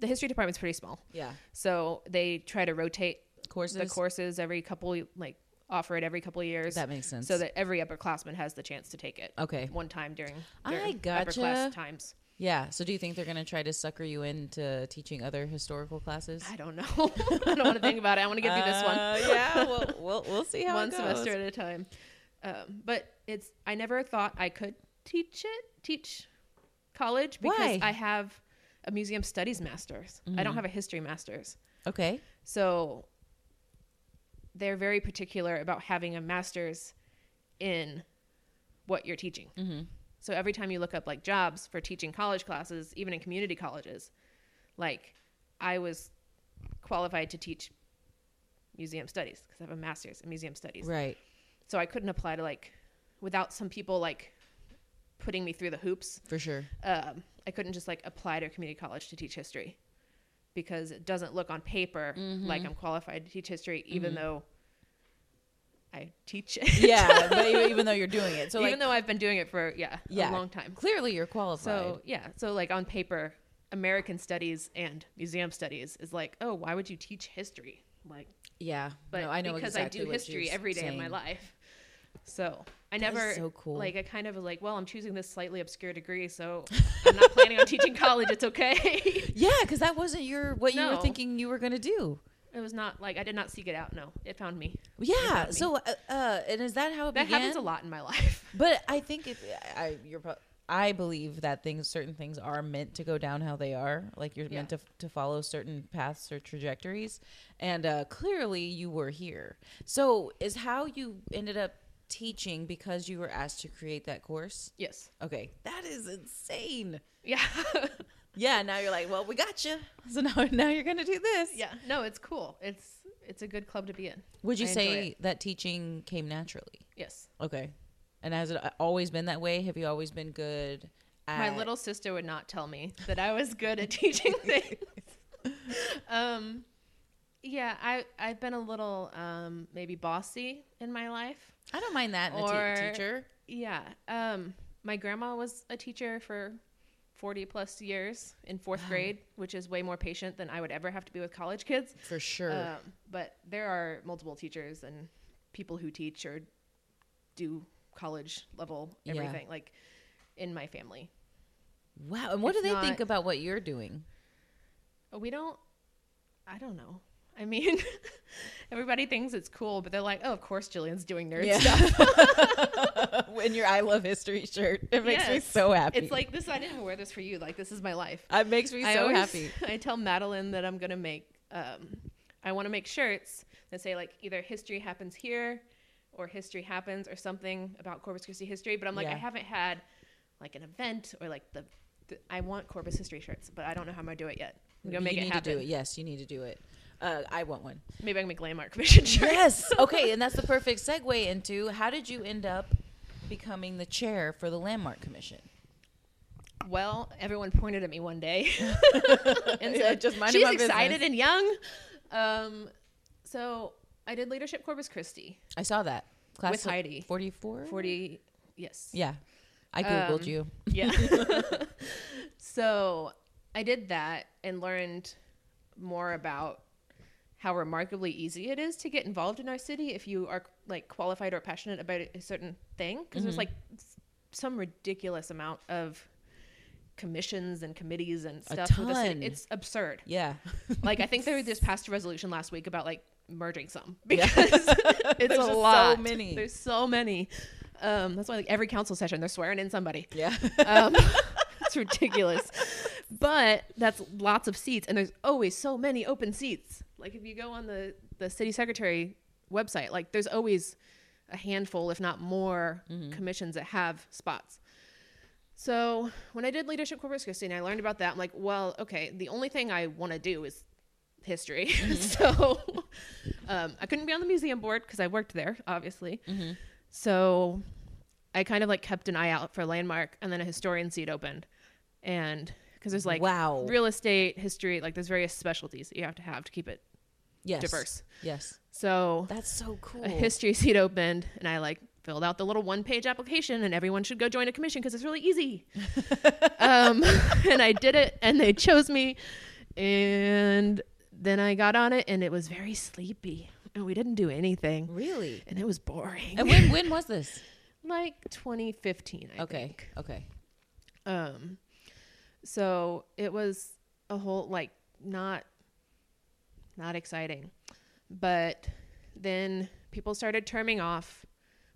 S2: the history department's pretty small,
S1: yeah.
S2: so they try to rotate
S1: Courses.
S2: the courses every couple, like offer it every couple years.
S1: That makes sense.
S2: So that every upperclassman has the chance to take it.
S1: Okay.
S2: One time during
S1: I
S2: their
S1: gotcha.
S2: upperclass times.
S1: Yeah. So do you think they're gonna try to sucker you into teaching other historical classes?
S2: I don't know. (laughs) I don't want to think about it. I want to get through this (laughs) one.
S1: Uh, yeah. We'll, we'll we'll see how
S2: one
S1: it goes.
S2: semester at a time. Um, but it's I never thought I could teach it, teach college because
S1: Why? Mm-hmm.
S2: I have a museum studies master's. I don't have a history master's.
S1: Okay.
S2: So they're very particular about having a master's in what you're teaching.
S1: Mm-hmm.
S2: So every time you look up like jobs for teaching college classes, even in community colleges, like I was qualified to teach museum studies because I have a master's in museum studies.
S1: Right.
S2: So I couldn't apply to like without some people like putting me through the hoops
S1: For
S2: (laughs)
S1: sure.
S2: um, I couldn't just like apply to a community college to teach history because it doesn't look on paper
S1: Mm-hmm.
S2: like I'm qualified to teach history, even though I teach it. (laughs)
S1: Yeah. but even, even though you're doing it, so
S2: even
S1: like
S2: though I've been doing it for yeah,
S1: yeah,
S2: a long time.
S1: Clearly, you're qualified.
S2: So yeah, so like on paper, American studies and museum studies is like, oh, why would you teach history? Like,
S1: yeah.
S2: but
S1: no, I know
S2: because
S1: exactly
S2: I do
S1: what
S2: history
S1: you're
S2: every day in my
S1: saying.
S2: life. So I
S1: That is
S2: never
S1: so cool.
S2: like I kind of was like, well, I'm choosing this slightly obscure degree, so I'm not
S1: (laughs)
S2: planning on teaching college. It's okay. (laughs)
S1: Yeah, because that wasn't your what you were
S2: No.
S1: thinking you were gonna do.
S2: It was not like I did not seek it out. No, it found me.
S1: Yeah. So, uh, uh, and is that how it
S2: That
S1: began?
S2: happens a lot in my life. (laughs)
S1: But I think if I you're pro- I believe that things certain things are meant to go down how they are. Like you're meant to to follow certain paths or trajectories, and uh, clearly you were here. So is how you ended up teaching because you were asked to create that course.
S2: Yes.
S1: Okay, that is insane.
S2: Yeah. (laughs)
S1: Yeah, now you're like, well, we got you. So now
S2: (laughs)
S1: now you're gonna do this.
S2: yeah. No, it's cool. It's it's a good club to be in.
S1: Would you
S2: I enjoy
S1: say
S2: it.
S1: that teaching came naturally?
S2: Yes.
S1: Okay. And has it uh, always been that way? Have you always been good at
S2: My little sister would not tell me that I was good at (laughs) teaching things. um yeah, I I've been a little um maybe bossy in my life.
S1: I don't mind that in a te-
S2: Or- uh,
S1: teacher.
S2: Yeah. Um my grandma was a teacher for 40 plus years in 4th grade, which is way more patient than I would ever have to be with college kids.
S1: For sure.
S2: Um, but there are multiple teachers and people who teach or do college level
S1: Yeah.
S2: everything, like in my family.
S1: wow. And what do
S2: it's
S1: they think
S2: not-
S1: about what you're doing?
S2: We don't, I don't know. I mean, (laughs) everybody thinks it's cool, but they're like, oh, of course Jillian's doing nerd stuff.
S1: (laughs) in your I love history shirt. (laughs) It makes me
S2: Yes.
S1: so happy.
S2: It's like, this, I didn't wear this for you. Like, this is my life.
S1: it makes me so
S2: I always-
S1: happy.
S2: (laughs) I tell Madeline that I'm gonna make. Um, I want to make shirts that say like either history happens here, or history happens, or something about Corpus Christi history. But I'm like,
S1: Yeah.
S2: I haven't had like an event or like the. the I want Corpus history shirts, but I don't know how I'm gonna do it yet. I'm gonna make
S1: you
S2: it
S1: need
S2: happen.
S1: to do it. Yes, you need to do it. Uh, I want one.
S2: Maybe I can make landmark (laughs) commission shirts.
S1: Yes. (laughs) Okay, and that's the perfect segue into how did you end up becoming the chair for the landmark commission?
S2: Well, everyone pointed at me one
S1: (laughs)
S2: day and
S1: Yeah,
S2: said,
S1: just minding
S2: "She's
S1: my business."
S2: excited and young." Um, so I did leadership Corpus Christi,
S1: I saw that. Class
S2: With
S1: of
S2: Heidi.
S1: 44?
S2: forty. Yes.
S1: Yeah. I googled
S2: Um,
S1: you.
S2: (laughs) Yeah.
S1: (laughs)
S2: so I did that and learned more about how remarkably easy it is to get
S1: Mm-hmm.
S2: involved in our city if you are like qualified or passionate about a certain thing because there's like s- some ridiculous amount of commissions and committees and stuff. with the city.
S1: ton.
S2: It's absurd.
S1: Yeah.
S2: Like I think they just passed a resolution last week about like merging some (laughs) because it's
S1: (laughs) There's
S2: a
S1: just so
S2: lot.
S1: many.
S2: There's so many. Um, that's why like every council session they're swearing
S1: (laughs)
S2: in somebody.
S1: (laughs) Yeah.
S2: Um, (laughs) it's ridiculous. But that's lots of seats, and there's always so many open seats. Like if you go on the the city secretary website, like there's always a handful, if not more,
S1: Mm-hmm.
S2: commissions that have spots. So when I did leadership corpus Christi and I learned about that, I'm like, well, okay, the only thing I want to do is history. (laughs)
S1: Mm-hmm.
S2: so um, I couldn't be on the museum board because I worked there, obviously.
S1: Mm-hmm.
S2: So I kind of like kept an eye out for landmark, and then a historian seat opened, and because there's like
S1: Wow.
S2: real estate, history, like there's various specialties that you have to have to keep it
S1: Yes.
S2: diverse.
S1: Yes.
S2: So
S1: That's so cool.
S2: a history seat opened, and I like filled out the little one page application, and everyone should go join a commission because it's really easy.
S1: (laughs)
S2: um, (laughs) and I did it, and they chose me, and then I got on it, and it was very sleepy, and we didn't do anything,
S1: (laughs) really?
S2: and it was boring.
S1: And when when was this?
S2: (laughs) like 2015, I
S1: Okay.
S2: think.
S1: Okay.
S2: Um, so it was a whole like not not exciting, but then people started terming off.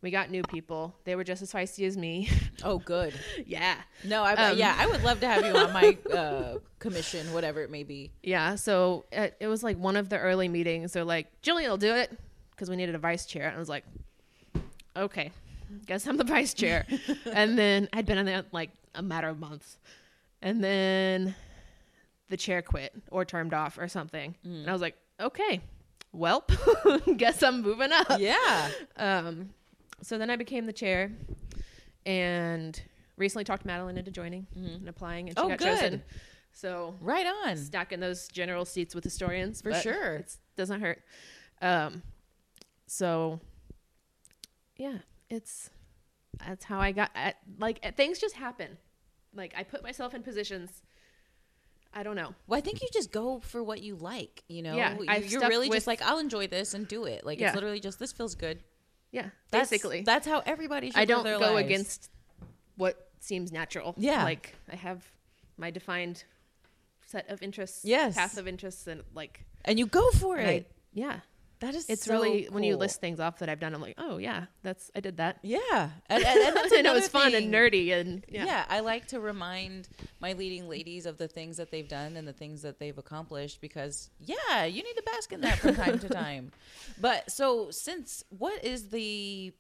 S2: We got new people. They were just as feisty as me. (laughs)
S1: Oh, good.
S2: yeah,
S1: No, I
S2: Um,
S1: yeah, I would love to have you on (laughs) my uh, commission, whatever it may be.
S2: yeah. So uh, it, it was like one of the early meetings. They're like, Jillian will do it because we needed a vice chair, and I was like, okay, guess I'm the
S1: (laughs)
S2: vice chair. and then I'd been in there like a matter of months, and then the chair quit or termed off or something, and
S1: Mm.
S2: I was like, okay, welp, (laughs) guess I'm moving
S1: (laughs)
S2: up.
S1: Yeah.
S2: Um, so then I became the chair, and recently talked Madeline into joining and applying, and she
S1: Oh,
S2: got
S1: good.
S2: chosen. So
S1: Right on.
S2: stuck in those general seats with historians
S1: For
S2: but
S1: sure.
S2: It doesn't hurt. Um, so yeah, it's that's how I got. I, like uh, things just happen. Like I put myself in positions. I don't know.
S1: Well, I think you just go for what you like, you know?
S2: Yeah,
S1: you,
S2: I've
S1: you're
S2: stuck
S1: really
S2: with-
S1: just like, I'll enjoy this and do it. Like,
S2: Yeah.
S1: it's literally just, this feels good.
S2: Yeah,
S1: That's,
S2: basically.
S1: That's how everybody should
S2: I
S1: live
S2: don't
S1: their
S2: go
S1: lives.
S2: against what seems natural.
S1: Yeah.
S2: like I have my defined set of interests.
S1: Yes.
S2: path of interests and like
S1: And you go for
S2: and I-
S1: it.
S2: yeah,
S1: that is
S2: it's
S1: so
S2: really when you
S1: cool.
S2: list things off that I've done. I'm like, oh yeah, that's I did that.
S1: Yeah. And, and,
S2: (laughs)
S1: and that's
S2: and it was
S1: another
S2: fun
S1: thing.
S2: and nerdy and
S1: Yeah.
S2: yeah.
S1: I like to remind my leading ladies of the things that they've done and the things that they've accomplished because, yeah, you need to bask in that from time
S2: (laughs)
S1: to time. But so, since what is the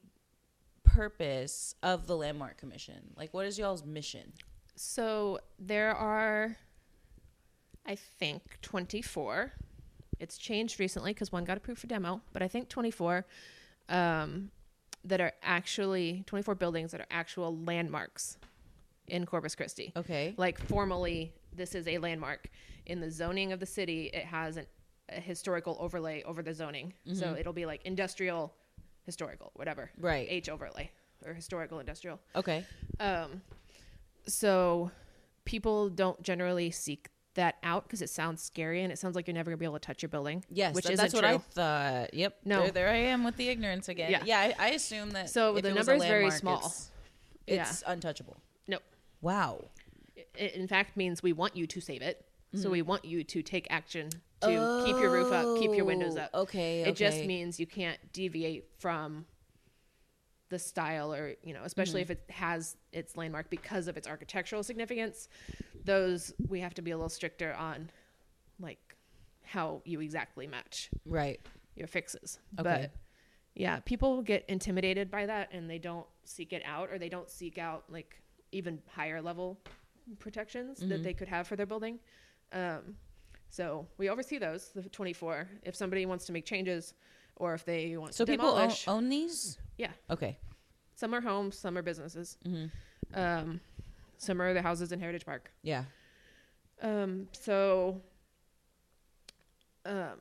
S1: purpose of the Landmark Commission? Like, what is y'all's mission?
S2: So there are, I think, 24. It's changed recently because one got approved for demo, but I think 24 um, that are actually 24 buildings that are actual landmarks in Corpus Christi.
S1: Okay.
S2: Like formally, this is a landmark in the zoning of the city. It has an, a historical overlay over the zoning,
S1: Mm-hmm.
S2: so it'll be like industrial, historical, whatever.
S1: Right.
S2: H overlay or historical industrial.
S1: Okay.
S2: Um, so people don't generally seek that out because it sounds scary and it sounds like you're never gonna be able to touch your building.
S1: Yes,
S2: which
S1: that-
S2: isn't
S1: that's what
S2: true.
S1: I thought. Yep.
S2: No.
S1: There, there I am with the ignorance again. Yeah.
S2: Yeah.
S1: I, I assume that.
S2: So
S1: if
S2: the
S1: it was a
S2: number is very
S1: landmark,
S2: small.
S1: It's,
S2: Yeah.
S1: it's untouchable.
S2: no,
S1: Wow.
S2: it in fact means we want you to save it. So
S1: Mm.
S2: we want you to take action to keep your roof up, keep your windows up.
S1: Oh, okay,
S2: It just
S1: okay.
S2: means you can't deviate from the style or you know especially
S1: Mm.
S2: if it has its landmark because of its architectural significance those we have to be a little stricter on like how you exactly match
S1: Right.
S2: your fixes.
S1: Okay.
S2: But yeah, people get intimidated by that and they don't seek it out or they don't seek out like even higher level protections
S1: Mm-hmm.
S2: that they could have for their building. Um, so we oversee those, the 24. If somebody wants to make changes or if they want
S1: So
S2: to
S1: people own,
S2: demolish,
S1: own these?
S2: yeah,
S1: Okay. Mm-hmm.
S2: some are homes, some are businesses. Um, some are the houses in Heritage Park.
S1: Yeah.
S2: Um, so um,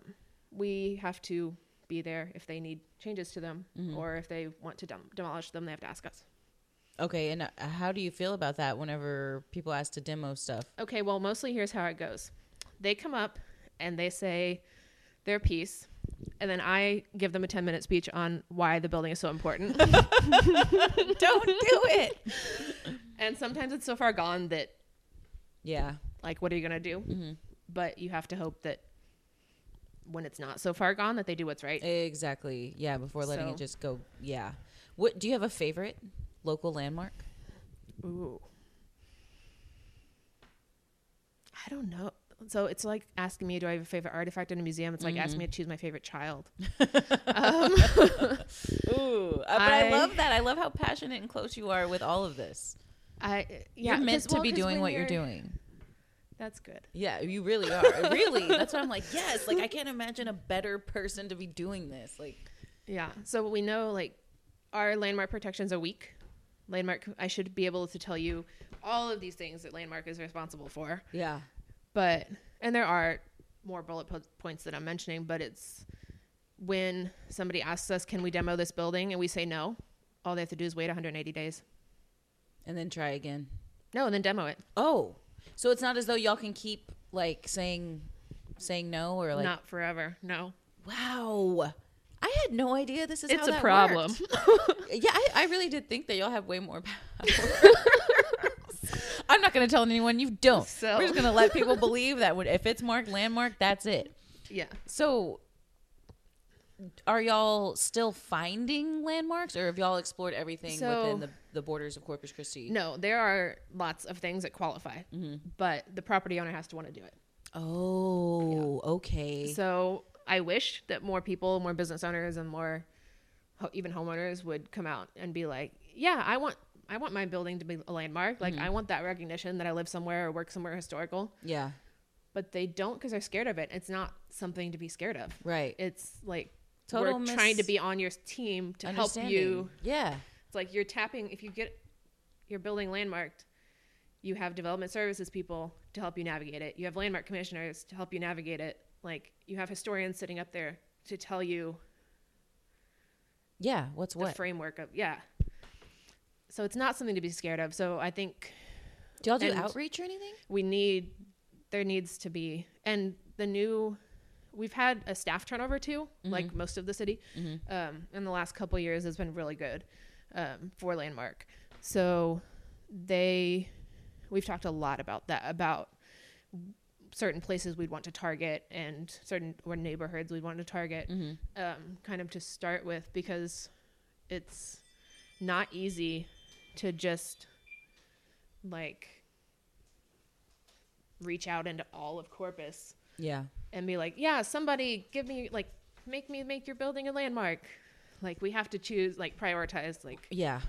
S2: we have to be there if they need changes to them or if they want to dem- demolish them, they have to ask us.
S1: Okay. And uh, how do you feel about that whenever people ask to demo stuff?
S2: Okay, well, mostly here's how it goes they come up and they say their piece. and then I give them a 10 minute speech on why the building is so
S1: (laughs)
S2: important.
S1: Don't do it.
S2: and sometimes it's so far gone that,
S1: Yeah.
S2: like, what are you going to do? But you have to hope that when it's not so far gone, that they do what's right.
S1: Exactly. Yeah, before letting
S2: So-
S1: it just go. Yeah. What do you have a favorite local landmark?
S2: Ooh. I don't know. So it's like asking me, do I have a favorite artifact in a museum? It's like
S1: Mm-hmm.
S2: asking me to choose my favorite child.
S1: Ooh, uh, but I,
S2: I-
S1: love that. I love how passionate and close you are with all of this.
S2: I Uh, yeah,
S1: you're meant
S2: 'cause-
S1: to
S2: well,
S1: be
S2: 'cause
S1: doing
S2: when
S1: what you're doing.
S2: That's good.
S1: Yeah, you really are. (laughs) really. That's why I'm like, yes, like I can't imagine a better person to be doing this. Like
S2: Yeah. So we know like our landmark protections a week. Landmark. I should be able to tell you all of these things that landmark is responsible for.
S1: Yeah.
S2: but and there are more bullet po- points that I'm mentioning, but it's when somebody asks us, "Can we demo this building?" and we say no, all they have to do is wait 180 days.
S1: And then try again.
S2: No, and then demo it.
S1: Oh. So it's not as though y'all can keep like saying saying no or like
S2: Not forever. No,
S1: wow. I had no idea this is
S2: it's
S1: how
S2: a
S1: that
S2: problem.
S1: worked.
S2: (laughs)
S1: Yeah, I, I really did think that y'all have way more (laughs) power. I'm not going to tell anyone you don't.
S2: So-
S1: We're just going to let people believe that when, if it's marked landmark, that's it.
S2: yeah.
S1: So, are y'all still finding landmarks, or have y'all explored everything
S2: So-
S1: within the, the borders of Corpus Christi?
S2: (laughs) No, there are lots of things that qualify,
S1: Mm-hmm.
S2: but the property owner has to want to do it.
S1: Oh, okay.
S2: So I wish that more people, more business owners, and more ho- even homeowners would come out and be like, "Yeah, I want." I want my building to be a landmark. Like,
S1: Mm-hmm.
S2: I want that recognition that I live somewhere or work somewhere historical.
S1: yeah,
S2: but they don't because they're scared of it. It's not something to be scared of.
S1: right.
S2: It's like
S1: Total
S2: we're
S1: mis-
S2: trying to be on your team to help you.
S1: Understanding. Yeah,
S2: It's like you're tapping. If you get your building landmarked, you have development services people to help you navigate it. You have landmark commissioners to help you navigate it. Like you have historians sitting up there to tell you
S1: yeah. What's
S2: the
S1: what?
S2: framework of yeah. So it's not something to be scared of. So I think
S1: do y'all do
S2: and-
S1: outreach or anything?
S2: we need there needs to be and the new we've had a staff turnover too like most of the city um, in the last couple of years has been really good um, for landmark so they we've talked a lot about that about certain places we'd want to target and certain or neighborhoods we'd want to target um, kind of to start with because it's not easy to just like reach out into all of Corpus
S1: Yeah,
S2: and be like, yeah, somebody give me like make me make your building a landmark. Like we have to choose like prioritize like
S1: yeah,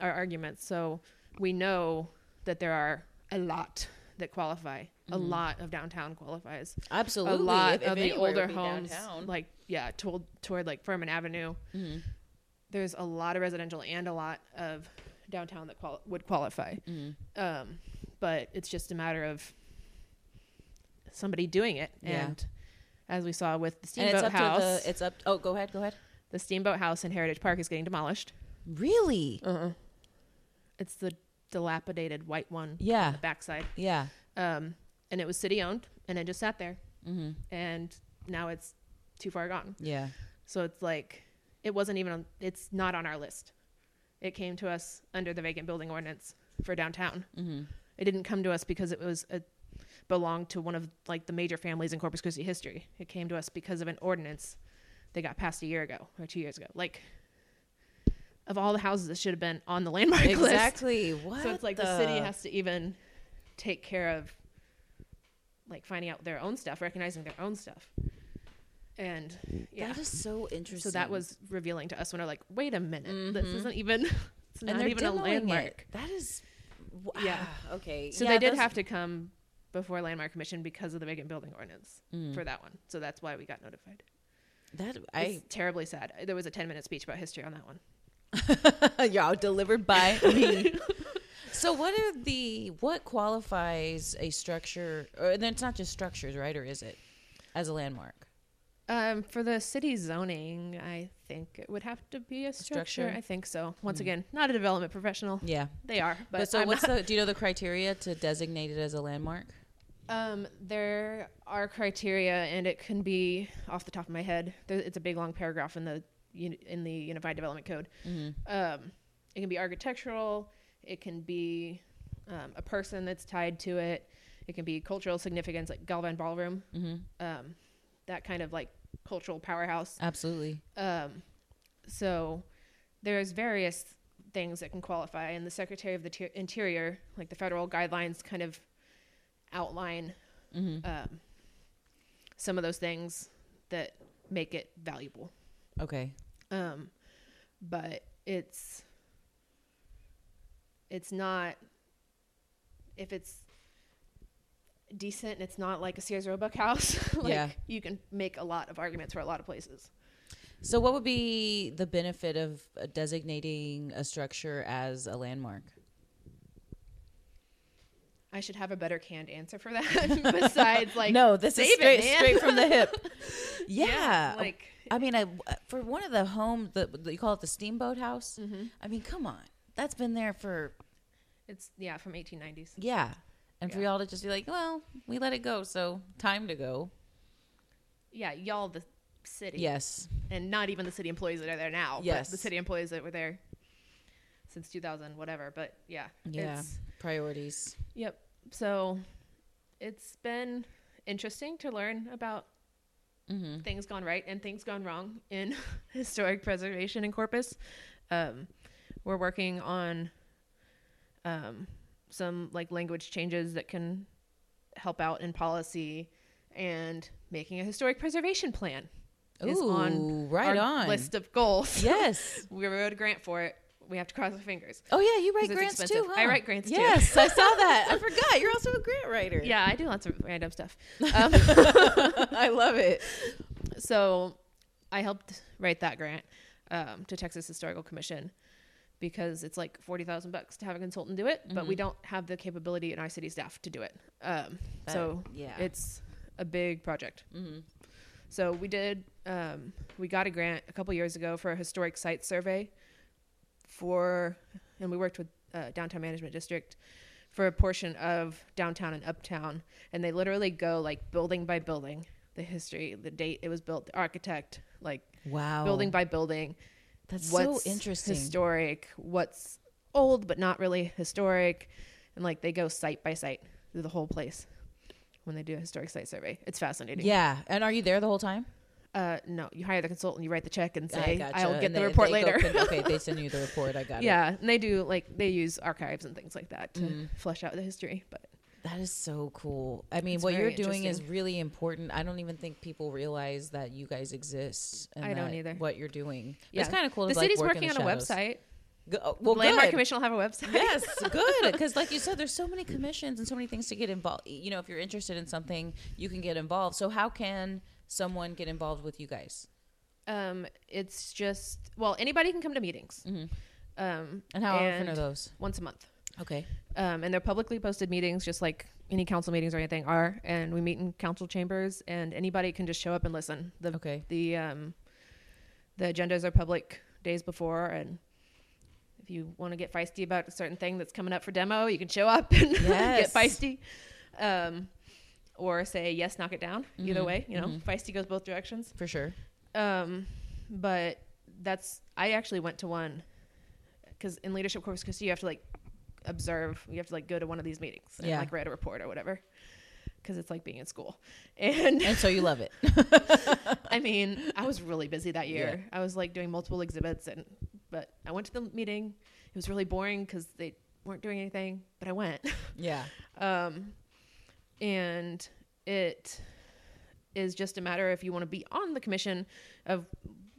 S2: our arguments. So we know that there are a lot that qualify. A lot of downtown qualifies.
S1: absolutely.
S2: A lot
S1: If- if
S2: of the
S1: anywhere, it would
S2: older
S1: be
S2: homes,
S1: downtown. Mm-hmm.
S2: like yeah, toward toward like Furman Avenue. There's a lot of residential and a lot of downtown that quali- would qualify.
S1: Mm-hmm.
S2: Um, but it's just a matter of somebody doing it,
S1: Yeah.
S2: and as we saw with the
S1: and it's
S2: Steamboat
S1: up
S2: House,
S1: to the. It's up. Oh, go ahead. Go ahead.
S2: the Steamboat House in Heritage Park is getting demolished.
S1: Really?
S2: Uh-huh. It's the dilapidated white one,
S1: Yeah.
S2: on the backside.
S1: Yeah.
S2: um, and it was city owned, and it just sat there, and now it's too far gone.
S1: Mm-hmm. Yeah.
S2: So it's like it wasn't even on, it's not on our list. It came to us under the vacant building ordinance for downtown. It didn't come to us because it was a, belonged to one of like the major families in Corpus Christi history. It came to us because of an ordinance that got passed a year ago or two years ago. Like of all the houses that should have been on the landmark list.
S1: Exactly. What?
S2: So it's like the, city has to even take care of like finding out their own stuff, recognizing their own stuff. And yeah.
S1: That is so interesting.
S2: so that was revealing to us when we're like, wait a minute, this isn't even (laughs) it's
S1: and
S2: not
S1: they're
S2: even a
S1: demoing it.
S2: landmark.
S1: That is. Wow.
S2: Yeah.
S1: Okay.
S2: So
S1: Yeah,
S2: they did
S1: those-
S2: have to come before landmark commission because of the vacant building ordinance for that one. So that's why we got notified.
S1: that.
S2: It's
S1: I
S2: terribly sad. There was a ten minute speech about history on that one.
S1: (laughs) y'all delivered (laughs) by me. so what are the what qualifies a structure? Or, and then it's not just structures, right? Or is it as a landmark?
S2: Um, for the city zoning, I think it would have to be a structure.
S1: Structure?
S2: I think so. Once again, not a development professional.
S1: Yeah.
S2: They are, but,
S1: But, so
S2: I'm
S1: what's
S2: not-
S1: the? Do you know the criteria to designate it as a landmark?
S2: Um, there are criteria, and it can be off the top of my head. There, it's a big long paragraph in the uni- in the Unified Development Code. Um, it can be architectural. It can be um, a person that's tied to it. It can be cultural significance, like Galvan Ballroom, um, that kind of like cultural powerhouse.
S1: Absolutely.
S2: Um, so there's various things that can qualify, and the Secretary of the Ter- Interior, like the federal guidelines, kind of outline
S1: Mm-hmm.
S2: um, some of those things that make it valuable.
S1: Okay.
S2: Um, but it's it's not if it's decent and it's not like a Sears Roebuck house. (laughs) like
S1: Yeah.
S2: you can make a lot of arguments for a lot of places.
S1: So, what would be the benefit of uh, designating a structure as a landmark?
S2: I should have a better canned answer for that. (laughs) Besides,
S1: (laughs)
S2: like,
S1: no, this is
S2: save it,
S1: straight,
S2: man.
S1: straight
S2: (laughs)
S1: from the hip. yeah.
S2: like
S1: I mean, I uh, for one of the home that you call it the steamboat house.
S2: Mm-hmm.
S1: I mean, come on, that's been there for
S2: it's yeah from 1890s.
S1: yeah, and for
S2: Yeah.
S1: y'all to just be like, well, we let it go, so time to go.
S2: Yeah, y'all the city.
S1: Yes,
S2: and not even the city employees that are there now.
S1: Yes.
S2: but the city employees that were there since 2000, whatever. But yeah,
S1: yeah,
S2: it's-
S1: priorities.
S2: Yep. So it's been interesting to learn about
S1: Mm-hmm.
S2: (laughs) things gone right and things gone wrong in (laughs) historic preservation in Corpus. Um, we're working on um, some like language changes that can help out in policy and making a historic preservation plan is
S1: Ooh,
S2: on
S1: right
S2: our
S1: on.
S2: list of goals.
S1: Yes.
S2: we wrote a grant for it. We have to cross our fingers.
S1: Oh yeah, you write
S2: it's
S1: grants too.
S2: expensive. I
S1: huh?
S2: write grants, too.
S1: Yes,
S2: (laughs)
S1: I saw that. I forgot. You're also a grant writer.
S2: Yeah, I do lots of random stuff. Um,
S1: (laughs) I love it.
S2: so I helped write that grant um, to Texas Historical Commission because it's like forty thousand bucks to have a consultant do it, but we
S1: Mm-hmm.
S2: don't have the capability in our city staff to do it. Um,
S1: That-
S2: so
S1: yeah. Mm-hmm.
S2: it's a big project. So we did. Um, we got a grant a couple years ago for a historic site survey for, and we worked with uh, downtown management district for a portion of downtown and uptown, and they literally go like building by building, the history, the date it was built, the architect, like
S1: Wow.
S2: building by building.
S1: Oh. That's so interesting.
S2: Historic, what's old but not really historic, and like they go site by site through the whole place when they do a historic site survey. It's fascinating.
S1: yeah. And are you there the whole time?
S2: Uh, no, you hire the consultant, you write the check, and
S1: I
S2: say
S1: gotcha.
S2: I'll get
S1: And
S2: the
S1: they-
S2: report
S1: they go
S2: (laughs) later.
S1: con- okay, they send you the report. I got it.
S2: yeah, and they do like they use archives and things like that to
S1: Mm-hmm.
S2: flesh out the history. But
S1: That is so cool. I mean,
S2: It's
S1: what you're
S2: very
S1: doing is really important. I don't even think people realize that you guys exist. And
S2: I don't
S1: that
S2: either.
S1: What you're doing.
S2: yeah,
S1: It's kind of cool.
S2: The
S1: to, like,
S2: city's
S1: work in
S2: working
S1: the
S2: on a
S1: shadows.
S2: website.
S1: Go- oh, well,
S2: Landmark
S1: good.
S2: Commission (laughs) will have a website.
S1: Yes, good. Because, like you said, there's so many commissions and so many things to get involved. You know, if you're interested in something, you can get involved. So, how can someone get involved with you guys?
S2: Um, it's just well, anybody can come to meetings. Um,
S1: Mm-hmm. And how often are those?
S2: Once a month.
S1: Okay.
S2: Um, and they're publicly posted meetings, just like any council meetings or anything are. And we meet in council chambers, and anybody can just show up and listen. The
S1: Okay.
S2: the um, the agendas are public days before, and if you want to get feisty about a certain thing that's coming up for demo, you can show up (laughs) and
S1: Yes.
S2: get feisty, um, or say yes, knock it down.
S1: Mm-hmm.
S2: Either way, you know, feisty goes both directions.
S1: For sure.
S2: Um, but that's I actually went to one because in leadership Corpus Christi you have to like observe. You have to like go to one of these meetings and
S1: Yeah.
S2: like write a report or whatever because it's like being in school. (laughs) And
S1: And so you love
S2: (laughs)
S1: it.
S2: I mean, I was really busy that year. I was like doing multiple exhibits and but I went to the meeting. It was really boring because they weren't doing anything, but I went.
S1: yeah.
S2: um, and it is just a matter if you want to be on the commission of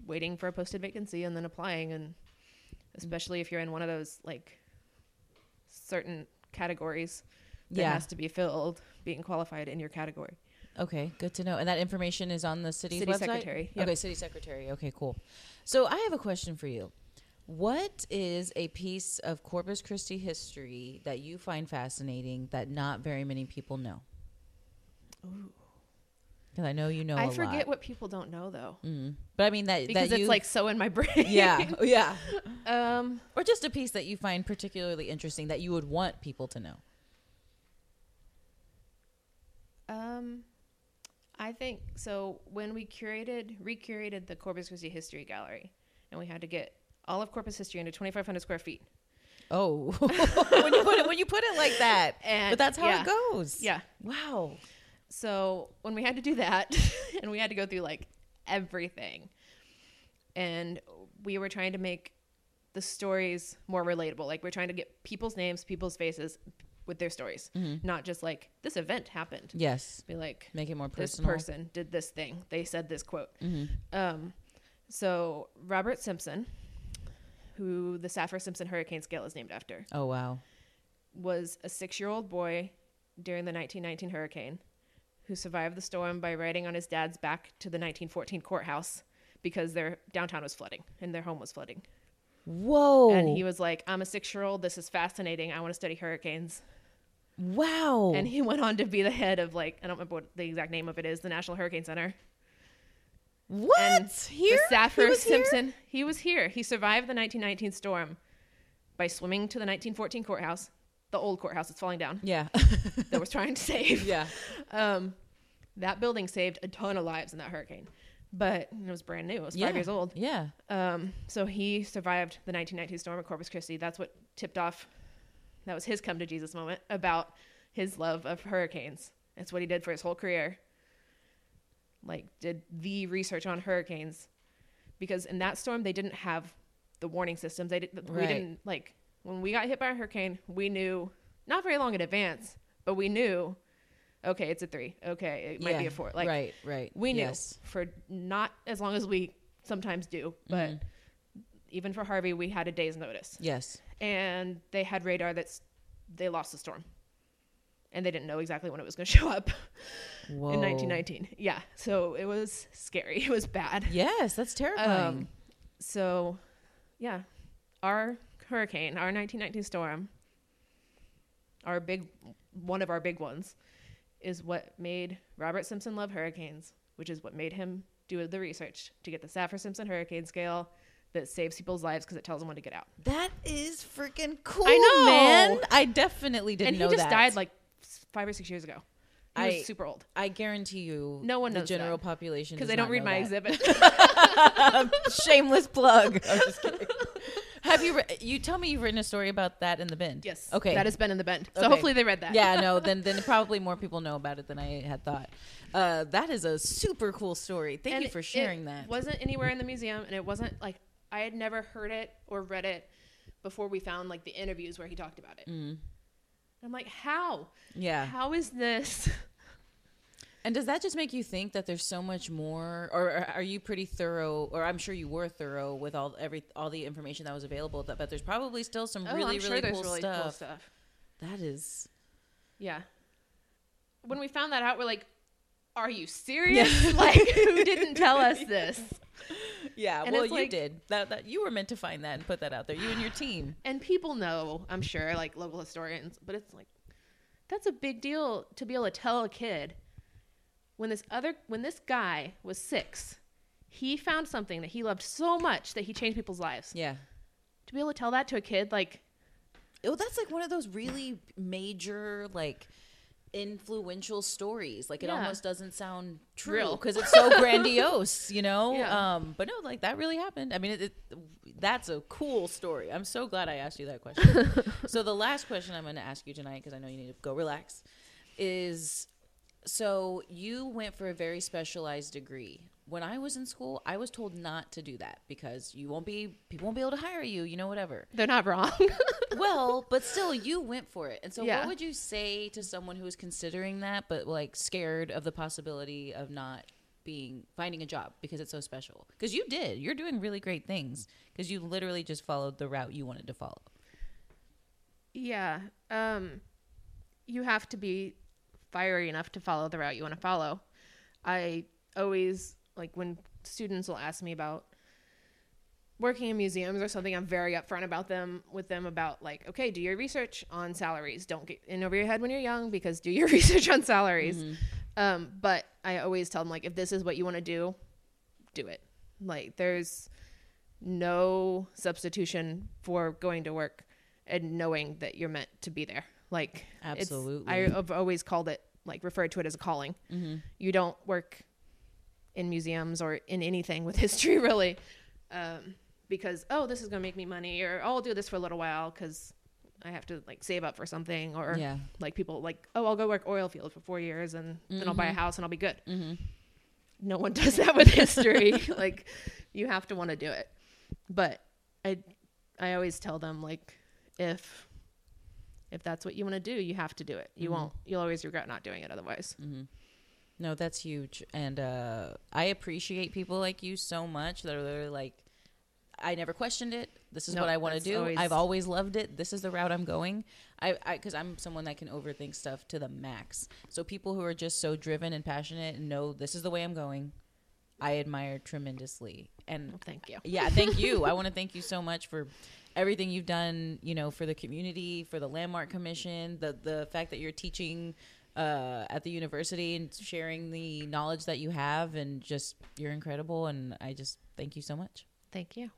S2: waiting for a posted vacancy and then applying and especially if you're in one of those like certain categories that
S1: Yeah.
S2: has to be filled being qualified in your category
S1: Okay, good to know. And that information is on the city's
S2: City
S1: website?
S2: secretary, yep.
S1: Okay, city secretary. Okay, cool. So I have a question for you. What is a piece of Corpus Christi history that you find fascinating that not very many people know? Because I know you know.
S2: i
S1: a
S2: forget
S1: lot.
S2: what people don't know though
S1: Mhm. But I mean that
S2: because
S1: that
S2: it's
S1: you-
S2: like so in my (laughs) brain
S1: (laughs) yeah, yeah,
S2: um
S1: or just a piece that you find particularly interesting that you would want people to know.
S2: Um, I think so. When we curated, recurated the Corpus Christi History Gallery, and we had to get all of Corpus history into 2,500 square feet.
S1: Oh, (laughs) when you put it when you put it (laughs) like that,
S2: And-
S1: but that's how
S2: yeah.
S1: it goes.
S2: Yeah.
S1: Wow.
S2: So when we had to do that, (laughs) and we had to go through like everything, and we were trying to make the stories more relatable. Like we're trying to get people's names, people's faces with their stories, not just like this event happened.
S1: Yes.
S2: Be like,
S1: Make it more
S2: this
S1: personal.
S2: person did this thing. They said this quote. Um, so Robert Simpson, who the Saffir Simpson Hurricane Scale is named after,
S1: Oh wow.
S2: was a six-year-old boy during the 1919 hurricane who survived the storm by riding on his dad's back to the 1914 courthouse because their downtown was flooding and their home was flooding.
S1: Whoa.
S2: And he was like, "I'm a six-year-old. This is fascinating. I want to study hurricanes."
S1: wow.
S2: And he went on to be the head of like I don't remember what the exact name of it is, the National Hurricane Center.
S1: what
S2: and
S1: here?
S2: The Saffir
S1: He was here?
S2: Simpson. He was here. He survived the 1919 storm by swimming to the 1914 courthouse, the old courthouse that's falling down (laughs)
S1: Yeah.
S2: that was trying to (laughs) save.
S1: yeah.
S2: Um, that building saved a ton of lives in that hurricane, but it was brand new. It was five
S1: Yeah.
S2: years old.
S1: Yeah.
S2: Um, so he survived the 1919 storm at Corpus Christi. That's what tipped off. That was his come to Jesus moment about his love of hurricanes. That's what he did for his whole career. Like, did the research on hurricanes, because in that storm they didn't have the warning systems. They did, we
S1: Right.
S2: didn't like when we got hit by a hurricane. We knew not very long in advance, but we knew, okay, it's a three. Okay, it might be
S1: Yeah.
S2: a four. Like
S1: right. Right.
S2: we knew
S1: Yes.
S2: for not as long as we sometimes do, but
S1: Mm-hmm.
S2: even for Harvey, we had a day's notice,
S1: Yes.
S2: and they had radar that's they lost the storm, and they didn't know exactly when it was going to (laughs) show up
S1: Whoa.
S2: in 1919. Yeah, so it was scary. (laughs) It was bad.
S1: Yes, that's terrifying.
S2: Um, so, yeah, our hurricane, our 1919 storm, our big one of our big ones, is what made Robert Simpson love hurricanes, which is what made him do the research to get the Saffir Simpson Hurricane Scale that saves people's lives because it tells them when to get out.
S1: that is freaking cool.
S2: know.
S1: man. I definitely didn't
S2: and he
S1: know
S2: just
S1: that.
S2: died like s- five or six years ago. He
S1: I-
S2: was super old
S1: I guarantee you,
S2: No one
S1: the
S2: knows
S1: general
S2: that.
S1: population
S2: because
S1: does
S2: they don't
S1: not
S2: read
S1: know
S2: my
S1: (laughs) that. Um,
S2: exhibit.
S1: Shameless plug. (laughs) I'm just
S2: (laughs)
S1: kidding. Have you? Re- you tell me you've written a story about that in the bend.
S2: yes.
S1: Okay.
S2: That has been in the bend. So
S1: Okay.
S2: hopefully they read that.
S1: yeah.
S2: (laughs)
S1: No. Then then probably more people know about it than I had thought. Uh, that is a super cool story. Thank you
S2: And
S1: for sharing
S2: it
S1: that.
S2: wasn't anywhere in the museum and it wasn't like i had never heard it or read it before we found like the interviews where he talked about it i'm like how
S1: Mm. yeah.
S2: how is
S1: (laughs)
S2: this
S1: And does that just make you think that there's so much more, or are- are you pretty thorough? Or I'm sure you were thorough with all every all the information that was available. That, but there's probably still some
S2: Oh,
S1: really
S2: I'm sure
S1: really,
S2: there's
S1: cool, stuff.
S2: stuff
S1: That is,
S2: yeah when we found that out we're like are
S1: (laughs)
S2: you serious like who didn't tell us this
S1: yeah.
S2: And
S1: well,
S2: it's
S1: you
S2: like-
S1: did that, that. You were meant to find that and put that out there. You and
S2: (sighs)
S1: your team.
S2: and people know i'm sure like local historians but it's like that's a big deal to be able to tell a kid when this other when this guy was six he found something that he loved so much that he changed people's lives
S1: Yeah.
S2: to be able to tell that to a kid like
S1: Oh, that's like one of those really major like influential stories. Like it
S2: Yeah.
S1: almost doesn't sound true
S2: Real.
S1: because it's
S2: (laughs)
S1: so grandiose, you know.
S2: Yeah.
S1: Um, but no, like that really happened. I mean, it, it, that's a cool story. I'm so glad I asked you that
S2: (laughs)
S1: question. so the last question I'm going to ask you tonight because I know you need to go relax is so you went for a very specialized degree. When I was in school, I was told not to do that because you won't be people won't be able to hire you, you know whatever
S2: they're not wrong (laughs)
S1: well, but still, you went for it. And so,
S2: Yeah.
S1: what would you say to someone who is considering that, but like scared of the possibility of not being finding a job because it's so special? Because you did. You're doing really great things because you literally just followed the route you wanted to follow.
S2: yeah um you have to be fiery enough to follow the route you want to follow i always like when students will ask me about working in museums or something, I'm very upfront about them with them about like, okay, do your research on salaries. Don't get in over your head when you're young because do your (laughs) research on salaries. Um, but I always tell them like, if this is what you want to do, do it. Like, there's no substitution for going to work and knowing that you're meant to be there. Like, it's-
S1: Absolutely.
S2: I have always called it like referred to it as a calling. You don't work in museums or in anything with (laughs) history really um, because oh this is going to make me money or oh, i'll do this for a little while because i have to like save up for something or
S1: Yeah.
S2: like people like oh i'll go work oil field for four years and then i'll buy a house and i'll be good Mm-hmm.
S1: Mm-hmm.
S2: no (laughs) one does that with history (laughs) like you have to want to do it but i i always tell them like if if that's what you want to do you have to do it you won't you'll always regret not doing it otherwise
S1: No, that's huge. And uh, I appreciate people like you so much that are literally like, I never questioned it. This is
S2: No,
S1: what I want to
S2: that's
S1: do.
S2: always-
S1: I've always loved it. This is the route I'm going. I because I'm someone that can overthink stuff to the max. So people who are just so driven and passionate and know this is the way I'm going, I admire tremendously. And
S2: thank you
S1: (laughs) yeah, thank you. I want to thank you so much for everything you've done, you know, for the community, for the Landmark Commission, the the fact that you're teaching uh, at the university and sharing the knowledge that you have and just you're incredible and I just thank you so much.
S2: thank you